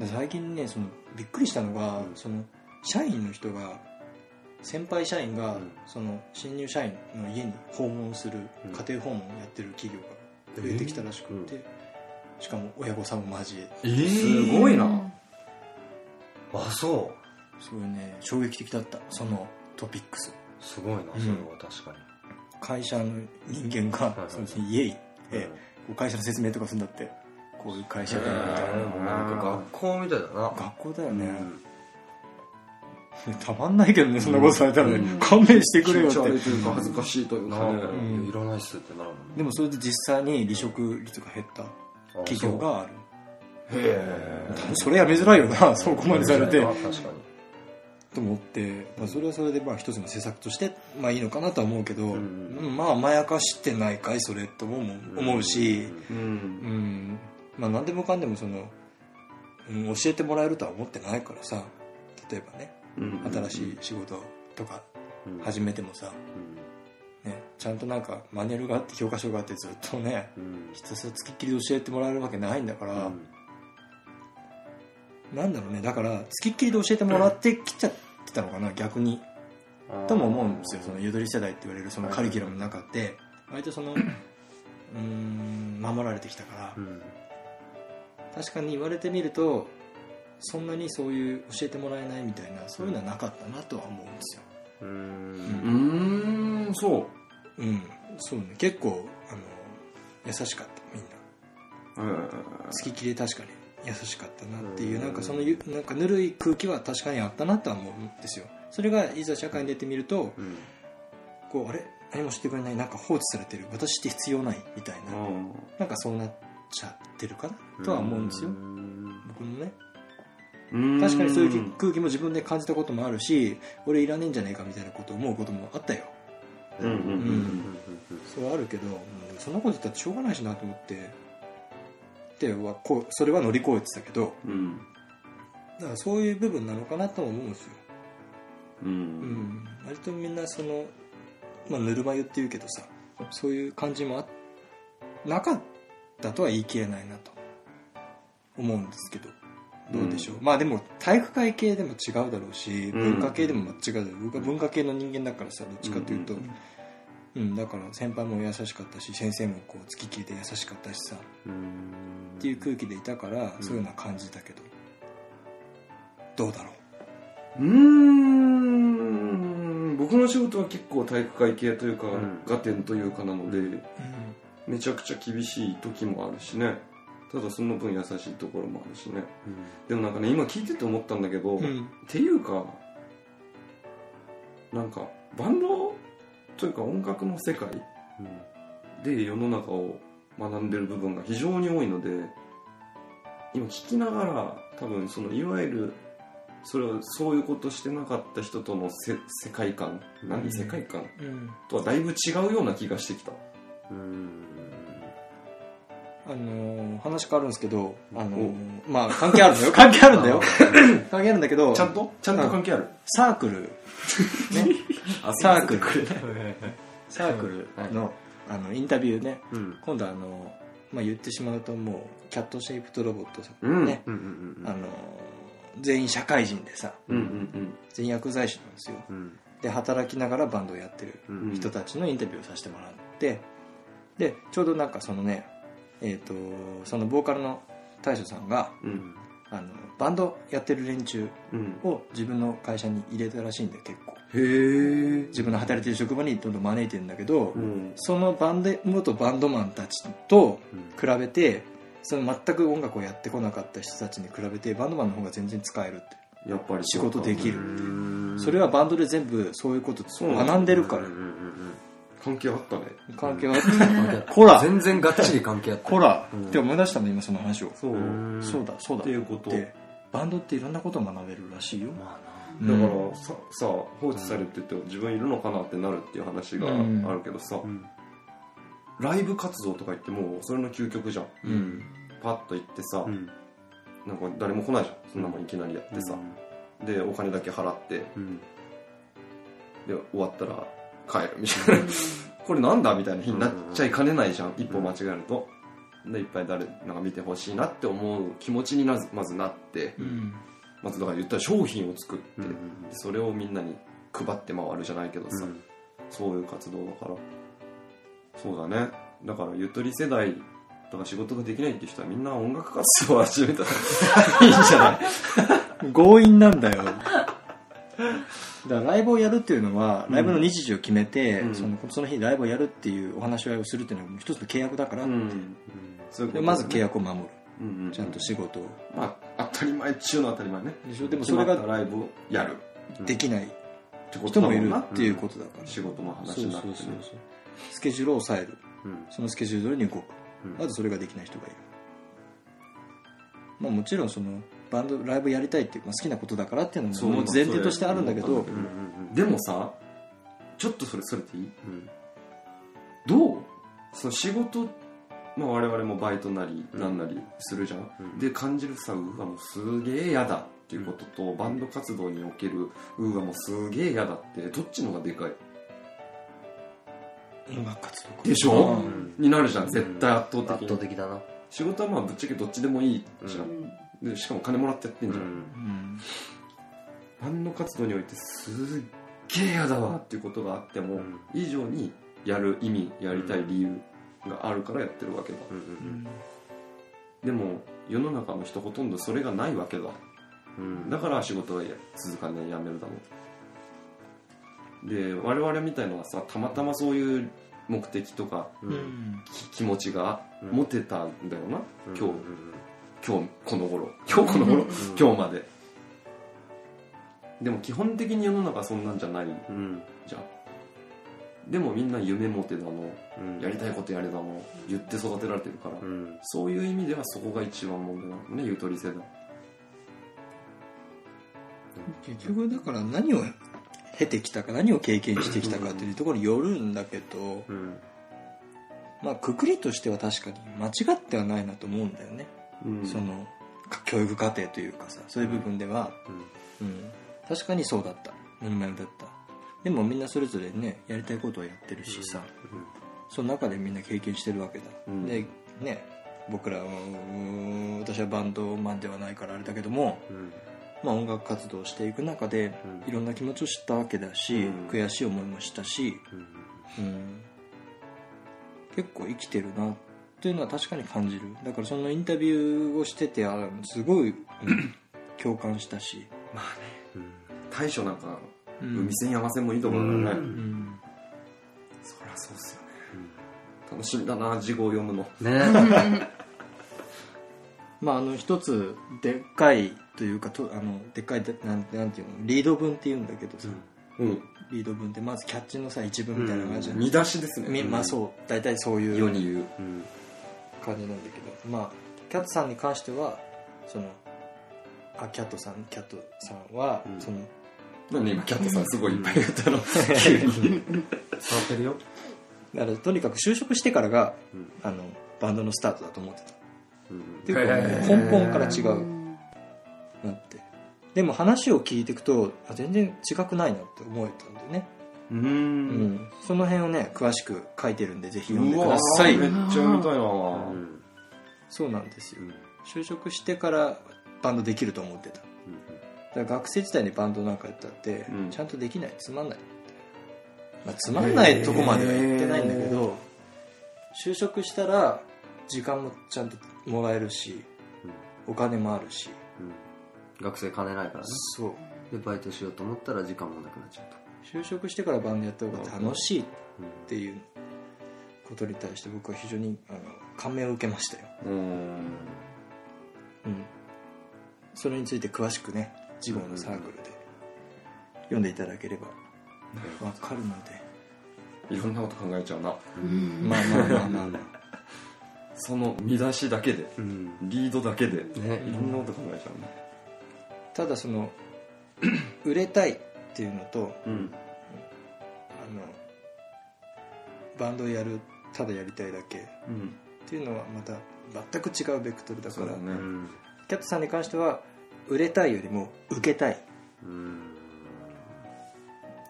S1: で最近ねそのびっくりしたのが、
S2: うん
S1: その社員の人が先輩社員が、
S2: うん
S1: その新入社員の家に訪問する、
S2: うん
S1: 家庭訪問やってる企業が増えてきたらしくて、しかも親御さんも交え
S2: えー
S4: すごいな
S2: あそ
S1: すごいね衝撃的だったそのトピックス
S2: うすごいなそれは確か
S1: 会社の人間
S2: いは
S1: が
S2: い
S1: その家行って、
S2: に
S1: こう会社の説明とかするんだってこういう会社
S2: へ
S1: でみたいな、
S2: ーなんか学校みたいだな
S1: 学校だよ
S2: う
S1: ね、
S2: ん
S1: たまんないけどねそんなことされたらね、
S3: うん
S1: 勘弁してくれよっ
S4: 気持ち悪い
S1: て
S4: というか恥ずかしいという
S2: な
S4: かね、
S1: ん
S2: いらないっすってなるもんね
S1: でもそれで実際に離職率が減った
S2: あ
S1: 企業がある
S2: そうへー
S1: 多分それやめづらいよなそこまでされて
S2: 確かに
S1: と思って、まあ、それはそれでまあ一つの施策としてまあいいのかなとは思うけど、
S2: うん
S1: うんまあ甘やかしてないかいそれとも思う思うし、
S4: うん
S1: うんまあ、何でもかんでもその、うん教えてもらえるとは思ってないからさ例えばね
S4: うん
S1: 新しい仕事とか
S2: うん
S1: 始めてもさ、ね、ちゃんとなんかマニュアルがあって教科書があってずっとね
S2: うん
S1: ひたすらつきっきり教えてもらえるわけないんだから、なんだろうねだからつきっきりで教えてもらってきちゃってたのかな、逆にとも思うんですよそのゆとり世代って言われるそのカリキュラムの中で割とそのうーん守られてきたから、
S2: うん
S1: 確かに言われてみるとそんなにそういう教えてもらえないみたいなそういうのはなかったなとは思うんですよ
S2: うん
S4: うーんそう
S1: うんそうね結構あの優しかったみんな
S4: うん
S1: つきっきりで確かに優しかったなっていううんなんかそのゆなんかぬるい空気は確かにあったなとは思うんですよそれがいざ社会に出てみると
S2: うん
S1: こうあれ何もしてくれないなんか放置されてる私って必要ないみたいななんかそうなっちゃってるかなとは思うんですよ
S2: ん
S1: 僕のね確かにそういううん空気も自分で感じたこともあるし俺いらねえんじゃねえかみたいなこと思うこともあったよ
S2: うんうんうんうん
S1: そうあるけどもうそんなこと言ったらしょうがないしなと思ってではこうそれは乗り越えてたけど
S4: うん
S1: だからそういう部分なのかなとも思うんですよ、う
S4: う
S1: んん、割とみんなその、まあ、ぬるま湯っていうけどさそういう感じもあなかったとは言い切れないなと思うんですけどどうでしょう、まあでも体育会系でも違うだろうし
S2: うん
S1: 文化系でも違うだろう、僕は文化系の人間だからさどっちかというと、
S4: う
S1: うんんだから先輩も優しかったし先生もこう付きっきりで優しかったしさっ
S2: うん
S1: ていう空気でいたから、そういうのは感じたけどどうだろう
S4: うーん僕の仕事は結構体育会系というか、
S2: ん
S4: ガテンというかなので、めちゃくちゃ厳しい時もあるしねただその分優しいところもあるしねでもなんかね今聞いてて思ったんだけど、
S1: う
S4: っ
S1: ん
S4: ていうかなんかバンドというか音楽の世界で世の中を学んでる部分が非常に多いので今聞きながら多分そのいわゆるそれをそういうことしてなかった人とのせ世界観何、
S1: うん
S4: 世界観
S1: うん
S4: とはだいぶ違うような気がしてきた
S1: あのー話変わるんですけど、あのー
S4: お
S1: まあ関係あるんだよ 関係あるんだよ関係あるんだけど
S4: ちゃんとちゃんと関係ある
S1: サーク ル、ね、サークルサークルの,、あのインタビューね
S2: うん
S1: 今度あのー、まあ、言ってしまうともうキャットシェイプトロボットさん、
S4: うん
S1: ね、
S2: うんうんうん
S1: あのー全員社会人でさ
S4: うんうん
S1: 全員薬剤師なんですよ
S2: うん
S1: で働きながらバンドをやってる
S2: うん
S4: うん
S1: 人たちのインタビューをさせてもらってでちょうどなんかそのねえっ、とそのボーカルの大将さんが
S4: うんうん
S1: あのバンドやってる連中
S4: うん
S1: を自分の会社に入れたらしいんだよ結構
S4: へえ
S1: 自分の働いてる職場にどんどん招いてるんだけど、
S4: うん
S1: そのバンド元バンドマンたちと比べてその全く音楽をやってこなかった人たちに比べてバンドマンの方が全然使えるって
S4: やっぱり
S1: 仕事でき
S4: る
S1: るそれはバンドで全部そういうこと
S4: うなんだ
S1: 学んでるから
S4: 関係あったね
S1: 関係はこら
S2: 全然がっちり関係あって
S1: こら
S2: うん
S1: って思い出したの今その話を
S4: そう
S2: うん
S1: そうだそうだ
S4: っていうこと
S1: でバンドっていろんなことを学べるらしいよ
S2: ま
S1: う
S4: だから
S1: ん
S4: ささ放置されてて自分いるのかなってなるっていう話が
S1: うん
S4: あるけどさ、
S2: あな
S4: ライブ活動とか言ってもうそれの究極じゃん
S1: うん
S4: パッと行ってさ、
S2: うん
S4: なんか誰も来ないじゃんそんなもんいきなりやってさ、でお金だけ払って
S2: うん
S4: で終わったら帰るみたいな これなんだみたいな日になっちゃいかねないじゃん、一歩間違えると。でいっぱい誰なんか見てほしいなって思う気持ちになずまずなって、
S1: うん
S4: まずだから言ったら商品を作って、
S2: うん
S4: でそれをみんなに配って回るじゃないけどさ、そういう活動だからそうだねだからゆとり世代とか仕事ができないって人はみんな音楽活動を始めたらいいんじゃ ない
S1: 強引なんだよだからライブをやるっていうのは、ライブの日時を決めて、
S4: うん
S1: そのその日ライブをやるっていうお話し合いをするっていうのは一つの契約だから、
S4: んそういうこ
S1: で
S4: と
S1: まず契約
S4: 約、
S1: を守る
S4: うんうん、
S1: ちゃんと仕事を
S4: まあ当たり前中の当たり前ね
S1: でしょでもそれが
S4: 決まったライブをやる
S1: できない
S4: ってこと
S1: 人
S4: だ
S1: も
S4: も
S1: い
S4: ん
S1: る
S4: な
S1: っていうことだから、
S4: 仕事の話
S1: そう
S4: に
S1: そ
S4: なっ
S1: う
S4: て
S1: そう
S4: ね
S1: そうスケジュールを抑える
S2: うん
S1: そのスケジュールに動く
S2: うん
S1: まずそれができない人がいる、まあ、もちろんそのバンドライブやりたいっていう、まあ、好きなことだからっていうの
S4: そう
S1: ももう前提としてあるんだけ
S4: そう
S1: ど
S4: だよでもさちょっとそれそれていいどうその仕事、まあ、我々もバイトなり
S2: うん
S4: なんなりするじゃん、
S2: うん
S4: で感じるさうわもうすげえ嫌だっていうことと、バンド活動におけるうわもうすげえ嫌だってどっちの方がでかい
S1: 音楽活動か
S4: でしょ
S1: うん
S4: になるじゃん絶対圧倒的
S2: 圧
S4: に、
S2: 倒的だな
S4: 仕事はまあぶっちゃけどっちでもいいじゃん、でしかも金もらってやってんじゃん、
S1: うん
S4: バンド活動においてすっげえ嫌だわっていうことがあっても、
S2: うん
S4: 以上にやる意味やりたい理由があるからやってるわけだ、でも世の中の人ほとんどそれがないわけだだから仕事はや続かねえやめるだろうで我々みたいのはさたまたまそういう目的とか
S1: うん
S4: き気持ちが
S2: うん
S4: 持てたんだよな、今日今日この頃
S2: 今
S4: 今日この頃今日まででも基本的に世の中そんなんじゃないじゃんでもみんな夢持てだのやりたいことやれだの言って育てられてるから、そういう意味ではそこが一番問題なのねゆとり世代
S1: 結局だから何を経てきたか何を経験してきたかっていうところによるんだけど
S2: うん
S1: まあくくりとしては確かに間違ってはないなと思うんだよね、
S2: うん
S1: そのか教育過程というかさそういう部分では、
S2: うん
S1: うん、確かにそうだった当たり前だったでもみんなそれぞれねやりたいことをやってるしさ、その中でみんな経験してるわけだ、
S2: うん
S1: でね僕らはうーん私はバンドマンではないからあれだけども、
S2: うん
S1: まあ、音楽活動をしていく中で
S2: うん
S1: いろんな気持ちを知ったわけだし、
S2: うん
S1: 悔しい思いもしたし、
S2: うん
S1: うん、結構生きてるなっていうのは確かに感じるだからそのインタビューをしててあすごい、うん共感したし、
S4: 大将なんか、
S1: うん
S4: 海鮮山鮮もいいところだからね、
S2: う
S1: うん
S4: そりゃそうっすよね、楽しみだな事後読むの
S2: ね
S1: まあ、あの一つでっかいというかとあのでっかいでなんなんていうのリード文っていうんだけどさ、
S4: うん
S1: リード文ってまずキャッチのさ一文みたいな感じじゃない
S4: 見出しですね
S1: みまあそう大体そういう
S4: 世に言う
S2: うん
S1: 感じなんだけどまあキャットさんに関してはそのあキャットさんキャットさんは、
S2: うん
S1: その
S4: なんで今キャットさんすごいいっぱい言ったの 急に
S2: 触ってるよ
S1: だからとにかく就職してからが、
S2: うん
S1: あのバンドのスタートだと思ってたってい
S2: へ
S1: う
S2: ー
S1: か根本から違うなってでも話を聞いていくとあ全然違くないなって思えたんだよね、
S2: う
S1: うんんその辺をね詳しく書いてるんでぜひ読んで
S4: う
S1: く
S4: わ
S1: ださい
S4: めっちゃ読みたいな、
S2: うん
S1: そうなんですよ
S2: うん
S1: 就職してからバンドできると思ってただから学生時代にバンドなんかやったって、
S4: うん
S1: ちゃんとできないつまんない、まあ、つまんないとこまでは言ってないんだけど、就職したら時間もちゃんともらえるし、お金もあるし、
S2: うん学生金ないからね
S1: そう
S2: でバイトしようと思ったら時間もなくなっちゃうと
S1: 就職してからバンドやった方が楽しいっ
S2: うん
S1: ていうことに対して僕は非常にあの感銘を受けましたよ、
S4: うん
S1: うん、それについて詳しくね次号のサークルで読んでいただければわかるので、
S4: いろんなこと考えちゃうな
S1: まあまあまあまあまあ
S4: その見出しだけで
S2: うん
S4: リードだけで
S2: ね
S4: いろんなこと考えちゃうね
S1: ただその 売れたいっていうのと
S4: うん
S1: あのバンドやるただやりたいだけっ
S4: うん
S1: ていうのはまた全く違うベクトルだ
S4: そ
S1: か
S4: う
S1: ら、
S4: だ
S2: う
S4: ね
S2: ん
S1: キャットさんに関しては売れたいよりも受けたい
S2: うん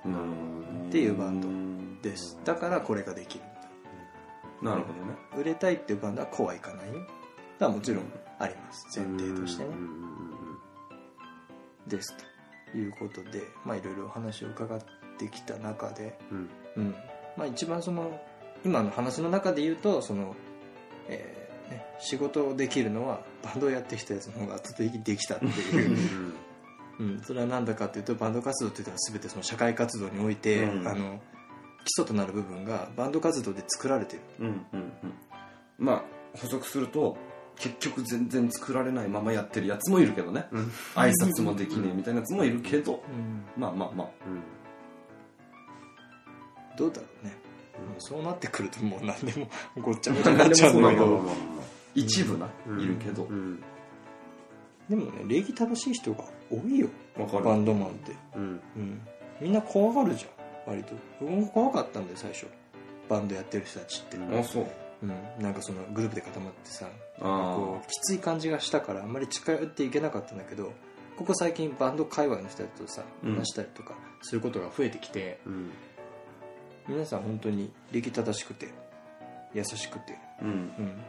S4: うん
S1: っていうバンド
S4: うん
S1: ですだからこれができるんだ
S4: なるほどね
S1: 売れたいっていうバンドはこうはいかないよがもちろんあります前提としてね
S2: うんうん
S1: ですということでまあいろいろお話を伺ってきた中で
S2: うんうん
S1: うんまあ、一番その今の話の中で言うとその、えーね、仕事をできるのはバンドをやってきたやつの方が圧倒的にできたって いう、うん、それは何だかっていうとバンド活動っていうのは全てその社会活動において、
S4: うん
S1: あの基礎となる部分がバンド活動で作られてる
S4: うんうんうんまあ補足すると結局全然作られないままやってるやつもいるけどね
S2: うん
S4: 挨拶もできねえみたいなやつもいるけどまあまあまあ
S2: うん
S1: どうだろうね、
S2: うん
S1: うんそうなってくるともう何で もごっちゃごちゃになっちゃうんだけ
S4: 何でもそう
S1: ど
S4: な一部な、
S2: うん
S4: いるけどわ
S2: う、ん
S1: でもね礼儀正しい人が多いよ
S4: かる
S1: バンドマンって
S2: うん
S1: うん、みんな怖がるじゃん割と僕も怖かったんだよ最初バンドやってる人たちって、
S2: うん
S4: あそう
S1: うんなんかそのグループで固まってさ
S4: あ
S1: こうきつい感じがしたからあんまり近寄っていけなかったんだけどここ最近バンド界隈の人たちとさ
S4: うん
S1: 話したりとかすることが増えてきて、
S2: うん
S1: 皆さん本当に礼儀正しくて優しくて、
S4: あうん
S1: うん、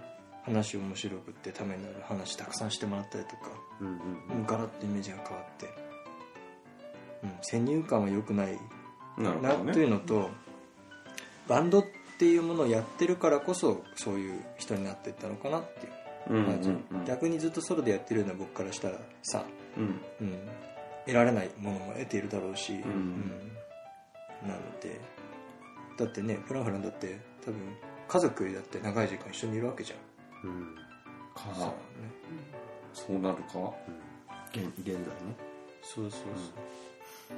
S1: 話面白くってためになる話たくさんしてもらったりとか、
S2: うん
S1: うん、ガラッとイメージが変わって、うん、先入観は良くない
S4: なるほ
S1: な
S4: ど
S1: とい
S4: ね
S1: うのとバンドっていうものをやってるからこそそういう人になっていったのかなっていう
S4: うんうん
S1: 感じ、
S4: うん
S1: 逆にずっとソロでやってるような僕からしたらさ、
S4: うん
S1: うん、得られないものも得ているだろうし、
S4: ん
S1: うんなのでだってねフランフランだって多分家族よりだって長い時間一緒にいるわけじゃん
S2: うん
S4: か
S1: そう,、ね、
S4: そうなるか
S2: 現現在ね
S1: そうそう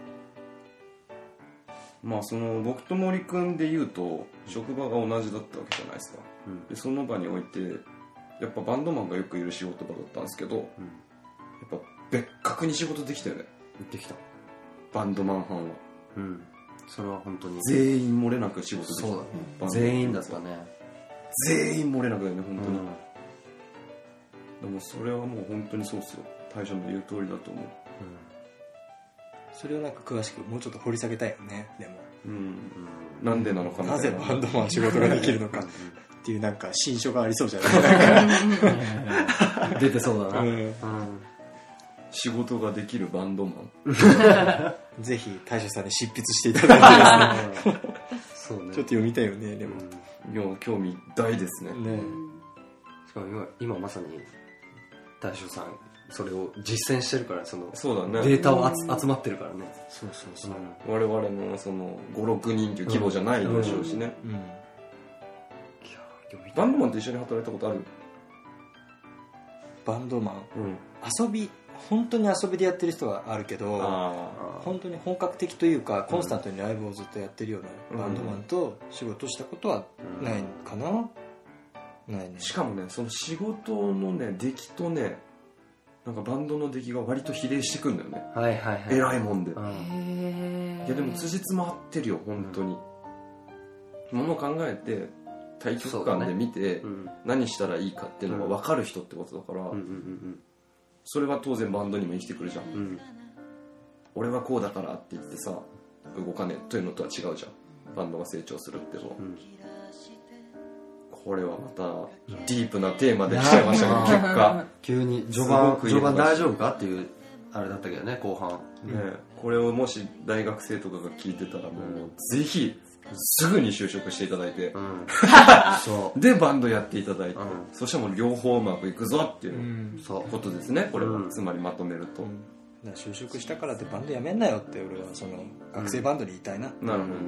S4: まあその僕と森くんで言うと職場が同じだったわけじゃないですか
S2: うん
S4: でその場においてやっぱバンドマンがよくいる仕事場だったんですけどやっぱ別格に仕事できたよね
S2: 行ってきた
S4: バンドマン班は
S2: うんそれは本当に
S4: 全員漏れなく仕事できた
S2: そうだね
S4: バンド
S2: 全員だったね
S4: 全員漏れなくだよね本
S2: 本
S4: 当
S2: 当に
S4: に、でもそれはもう本当にそうっすよ大将の言う通りだと思う
S1: それをなんか詳しくもうちょっと掘り下げたいよねでも
S4: うん
S2: うんうん
S4: なんでなのかみた
S1: ないぜバンドマン仕事ができるのかっていうなんか新書がありそうじゃない
S2: 出てそうだ
S1: う
S2: な、
S1: ん
S2: うん
S4: 仕事ができるバンドマン
S1: ぜひ大将さんに執筆していただいてですね
S2: そうね
S1: ちょっと読みたいよねで
S2: う
S1: も
S2: ん
S4: いや興味大ですね、
S1: ね
S2: しかも今今まさに大将さんそれを実践してるからその
S4: そうだ
S2: デ
S4: ね
S2: ータを集集まってるからね、
S1: そうそうそう
S4: 我々のその56人という規模じゃないでしょうしね、
S1: うん
S2: いや読みた
S4: バ
S2: い
S4: ンドマンと一緒に働いたことある
S1: バンドマン
S4: うん
S1: 遊び本当に遊びでやってる人はあるけど
S4: あ
S2: あー
S1: 本当に本格的というかコンスタントにライブをずっとやってるようなバンドマンと仕事したことは
S2: うん
S1: ないかなないね
S4: あしかもねその仕事のね出来とねなんかバンドの出来が割と比例してくんだよね
S2: はいはいはい
S4: 偉いもんで
S2: うん
S3: へえ
S4: いやでも辻褄合ってるよ本当に、ものを考えて対局
S2: そうだ
S4: 観
S2: ね
S4: で見て、
S2: うん
S4: 何したらいいかっていうのが分かる人ってことだから、
S2: うんうん
S4: それは当然バンドにも生きてくるじゃん、
S2: うんうん
S4: 俺はこうだからって言ってさ動かねえというのとは違うじゃんバンドが成長するってのは
S2: うん
S4: これはまたディープなテーマで来ちゃいましたけど
S2: うん
S4: 結果、
S2: 急に序
S4: す
S2: 盤
S4: ごくいい
S2: 序盤大丈夫かっていうあれだったけどね後半
S4: ねえ、これをもし大学生とかが聞いてたらもうぜひすぐに就職していただいて
S2: うん そ
S4: でバンドやっていただいて、
S2: うん
S4: そしてもう両方うまくいくぞっていううん
S2: うそう
S4: ことですねこれは、
S2: うん
S4: つまりまとめると、
S1: だから就職したからってバンドやめんなよって俺はその学生バンドに言いたいな、
S4: なる
S2: う
S4: ほ
S2: ん
S4: ど
S2: うん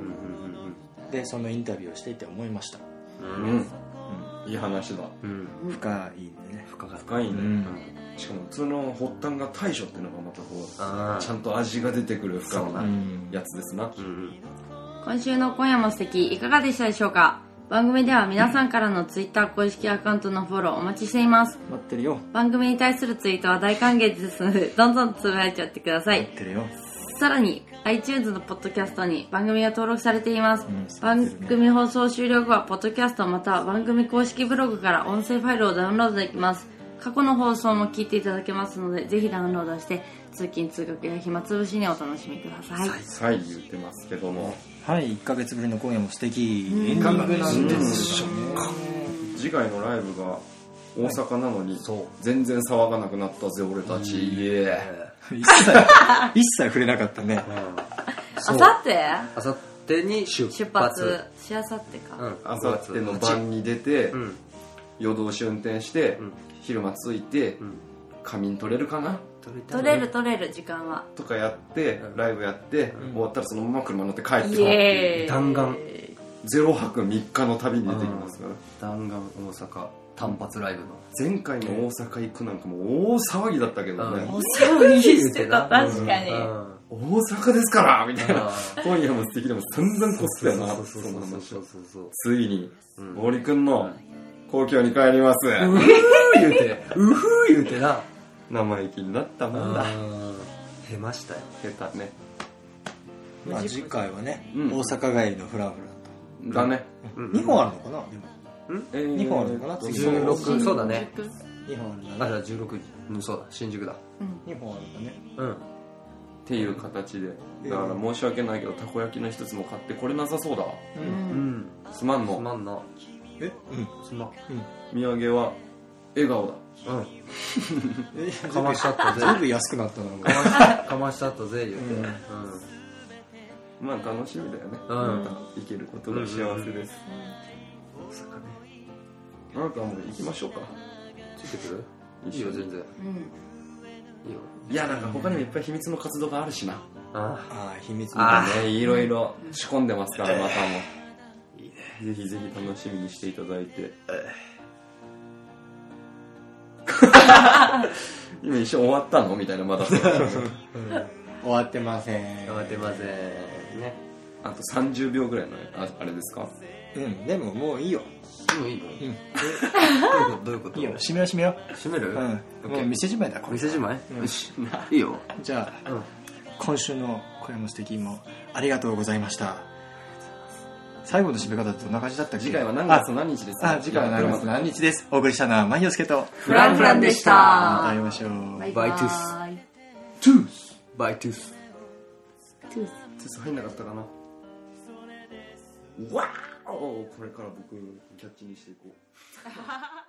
S2: うん
S1: でそのインタビューをしていて思いました、
S4: うん、いい話だ
S2: うんうん
S1: 深いんでね
S2: 深かった
S4: 深いね、
S1: うん
S4: しかもその発端が大将っていうのがまたこう
S2: ああ
S4: ちゃんと味が出てくる深
S2: そう
S4: の
S2: だ
S4: やつですな、
S2: うんうん
S3: 今週の今夜も素敵いかがでしたでしょうか番組では皆さんからの Twitter 公式アカウントのフォローお待ちしています
S1: 待ってるよ
S3: 番組に対するツイートは大歓迎ですのでどんどんつぶやいちゃってください
S1: 待ってるよ
S3: さらに iTunes のポッドキャストに番組が登録されています、
S1: うん
S3: 番組放送終了後はポッドキャストまたは番組公式ブログから音声ファイルをダウンロードできます過去の放送も聞いていただけますのでぜひダウンロードして通勤通学や暇つぶしにお楽しみください
S4: はい言ってますけども
S1: はい1ヶ月ぶりの今夜も素敵エンディン
S2: か
S1: グ
S2: がで
S1: なんです
S2: しょ
S1: うか
S4: 次回のライブが大阪なのに、
S2: そう
S4: 全然騒がなくなったぜ俺たちいえ
S2: え
S1: 一切一切触れなかったね
S2: えうん
S3: あさって
S2: あさってに出発
S3: 出発しあさってか、
S2: うん
S4: あさっての晩に出て、
S2: うん
S4: 夜通し運転して、
S2: うん
S4: 昼間着いて、
S2: うん
S4: 仮眠取れるかな
S3: 取れる取れる時間は
S4: とかやって、
S2: うん
S4: ライブやって、
S2: うん
S4: 終わったらそのまま車乗って帰って
S3: イエーイ
S2: 弾丸
S4: ゼロ泊3日の旅に出てきますから、
S2: 弾丸大阪単発ライブの
S4: 前回の大阪行くなんかもう大騒ぎだったけどね、
S3: お世話にしてた確かに、
S2: うん
S4: 大阪ですからみたいな
S2: あー
S4: 今夜も素敵でも散々こすったよな
S2: そうそうそうそう
S4: その話
S2: そうそうそう
S4: ついに
S2: うん
S4: 森くんの故郷に帰ります、
S2: うふー言うてうふー言うてな
S4: 生意気になったもんだ
S2: へましたよ
S4: 下手ね
S1: まあ次回はね、
S4: うん
S1: 大阪帰りのフラフラ
S4: だね
S1: と2本あるのかなでも
S4: 二
S1: 二本あるのかな次
S2: 16そうだね
S1: 2本あるん
S2: あ
S1: だ
S2: じ
S1: ね
S2: ゃあ16うんそうだ新宿だ
S1: 2本あるんだね
S2: うん
S4: っていう形でだから申し訳ないけどたこ焼きの一つも買ってこれなさそうだわ
S1: う
S3: うん
S1: ん
S2: うん
S4: すまん
S2: す
S4: の
S2: まんな
S1: えうん
S2: すまん
S4: 土産は笑顔だ
S2: うん
S1: え
S2: かましちゃったぜ
S1: 全部安くなったな俺
S2: かましかましちゃったぜ言うて
S1: うん
S2: うん
S4: まあ楽しみだよね、
S2: うん
S4: また行けることが幸せです、
S2: 大阪ね
S4: なんかもう行きましょうか
S2: ついてくるいいよ全然
S3: うん
S2: いいよ
S4: いやなんか他にもいっぱい秘密の活動があるしな
S2: あ
S1: ああ秘密の
S2: あ
S4: ねいろいろ仕込んでますからまたもぜひぜひ楽しみにしていただいて今一瞬終わったのみたいなまだ
S1: 終わってません
S2: 頑張ってませんね
S4: あと30秒ぐらいのああれですか
S1: うんでももういいよ
S2: もういいの
S1: うん
S2: どういうこと
S1: いい
S2: ど
S1: よ
S2: ういうこと
S1: 閉めよう閉めよ
S2: 閉める
S1: ううんもう店じまいだ
S2: お
S1: これ
S2: 店じまい
S1: うん
S2: よしいいよ
S1: じゃあ
S2: うん
S1: 今週の「小山素敵もありがとうございました最後の締め方ってどんな感じだったっけ
S4: 次回は何月何日ですか
S1: ああ次回は何月何日ですお送りしたのはマイヨスケと
S3: フランフランでした
S1: また会いましょう
S3: バイバイ
S2: バイトゥ
S1: トゥース
S2: バイトゥース
S3: トゥース
S2: トゥース入んなかったかな
S4: わーおこれから僕キャッチにしていこう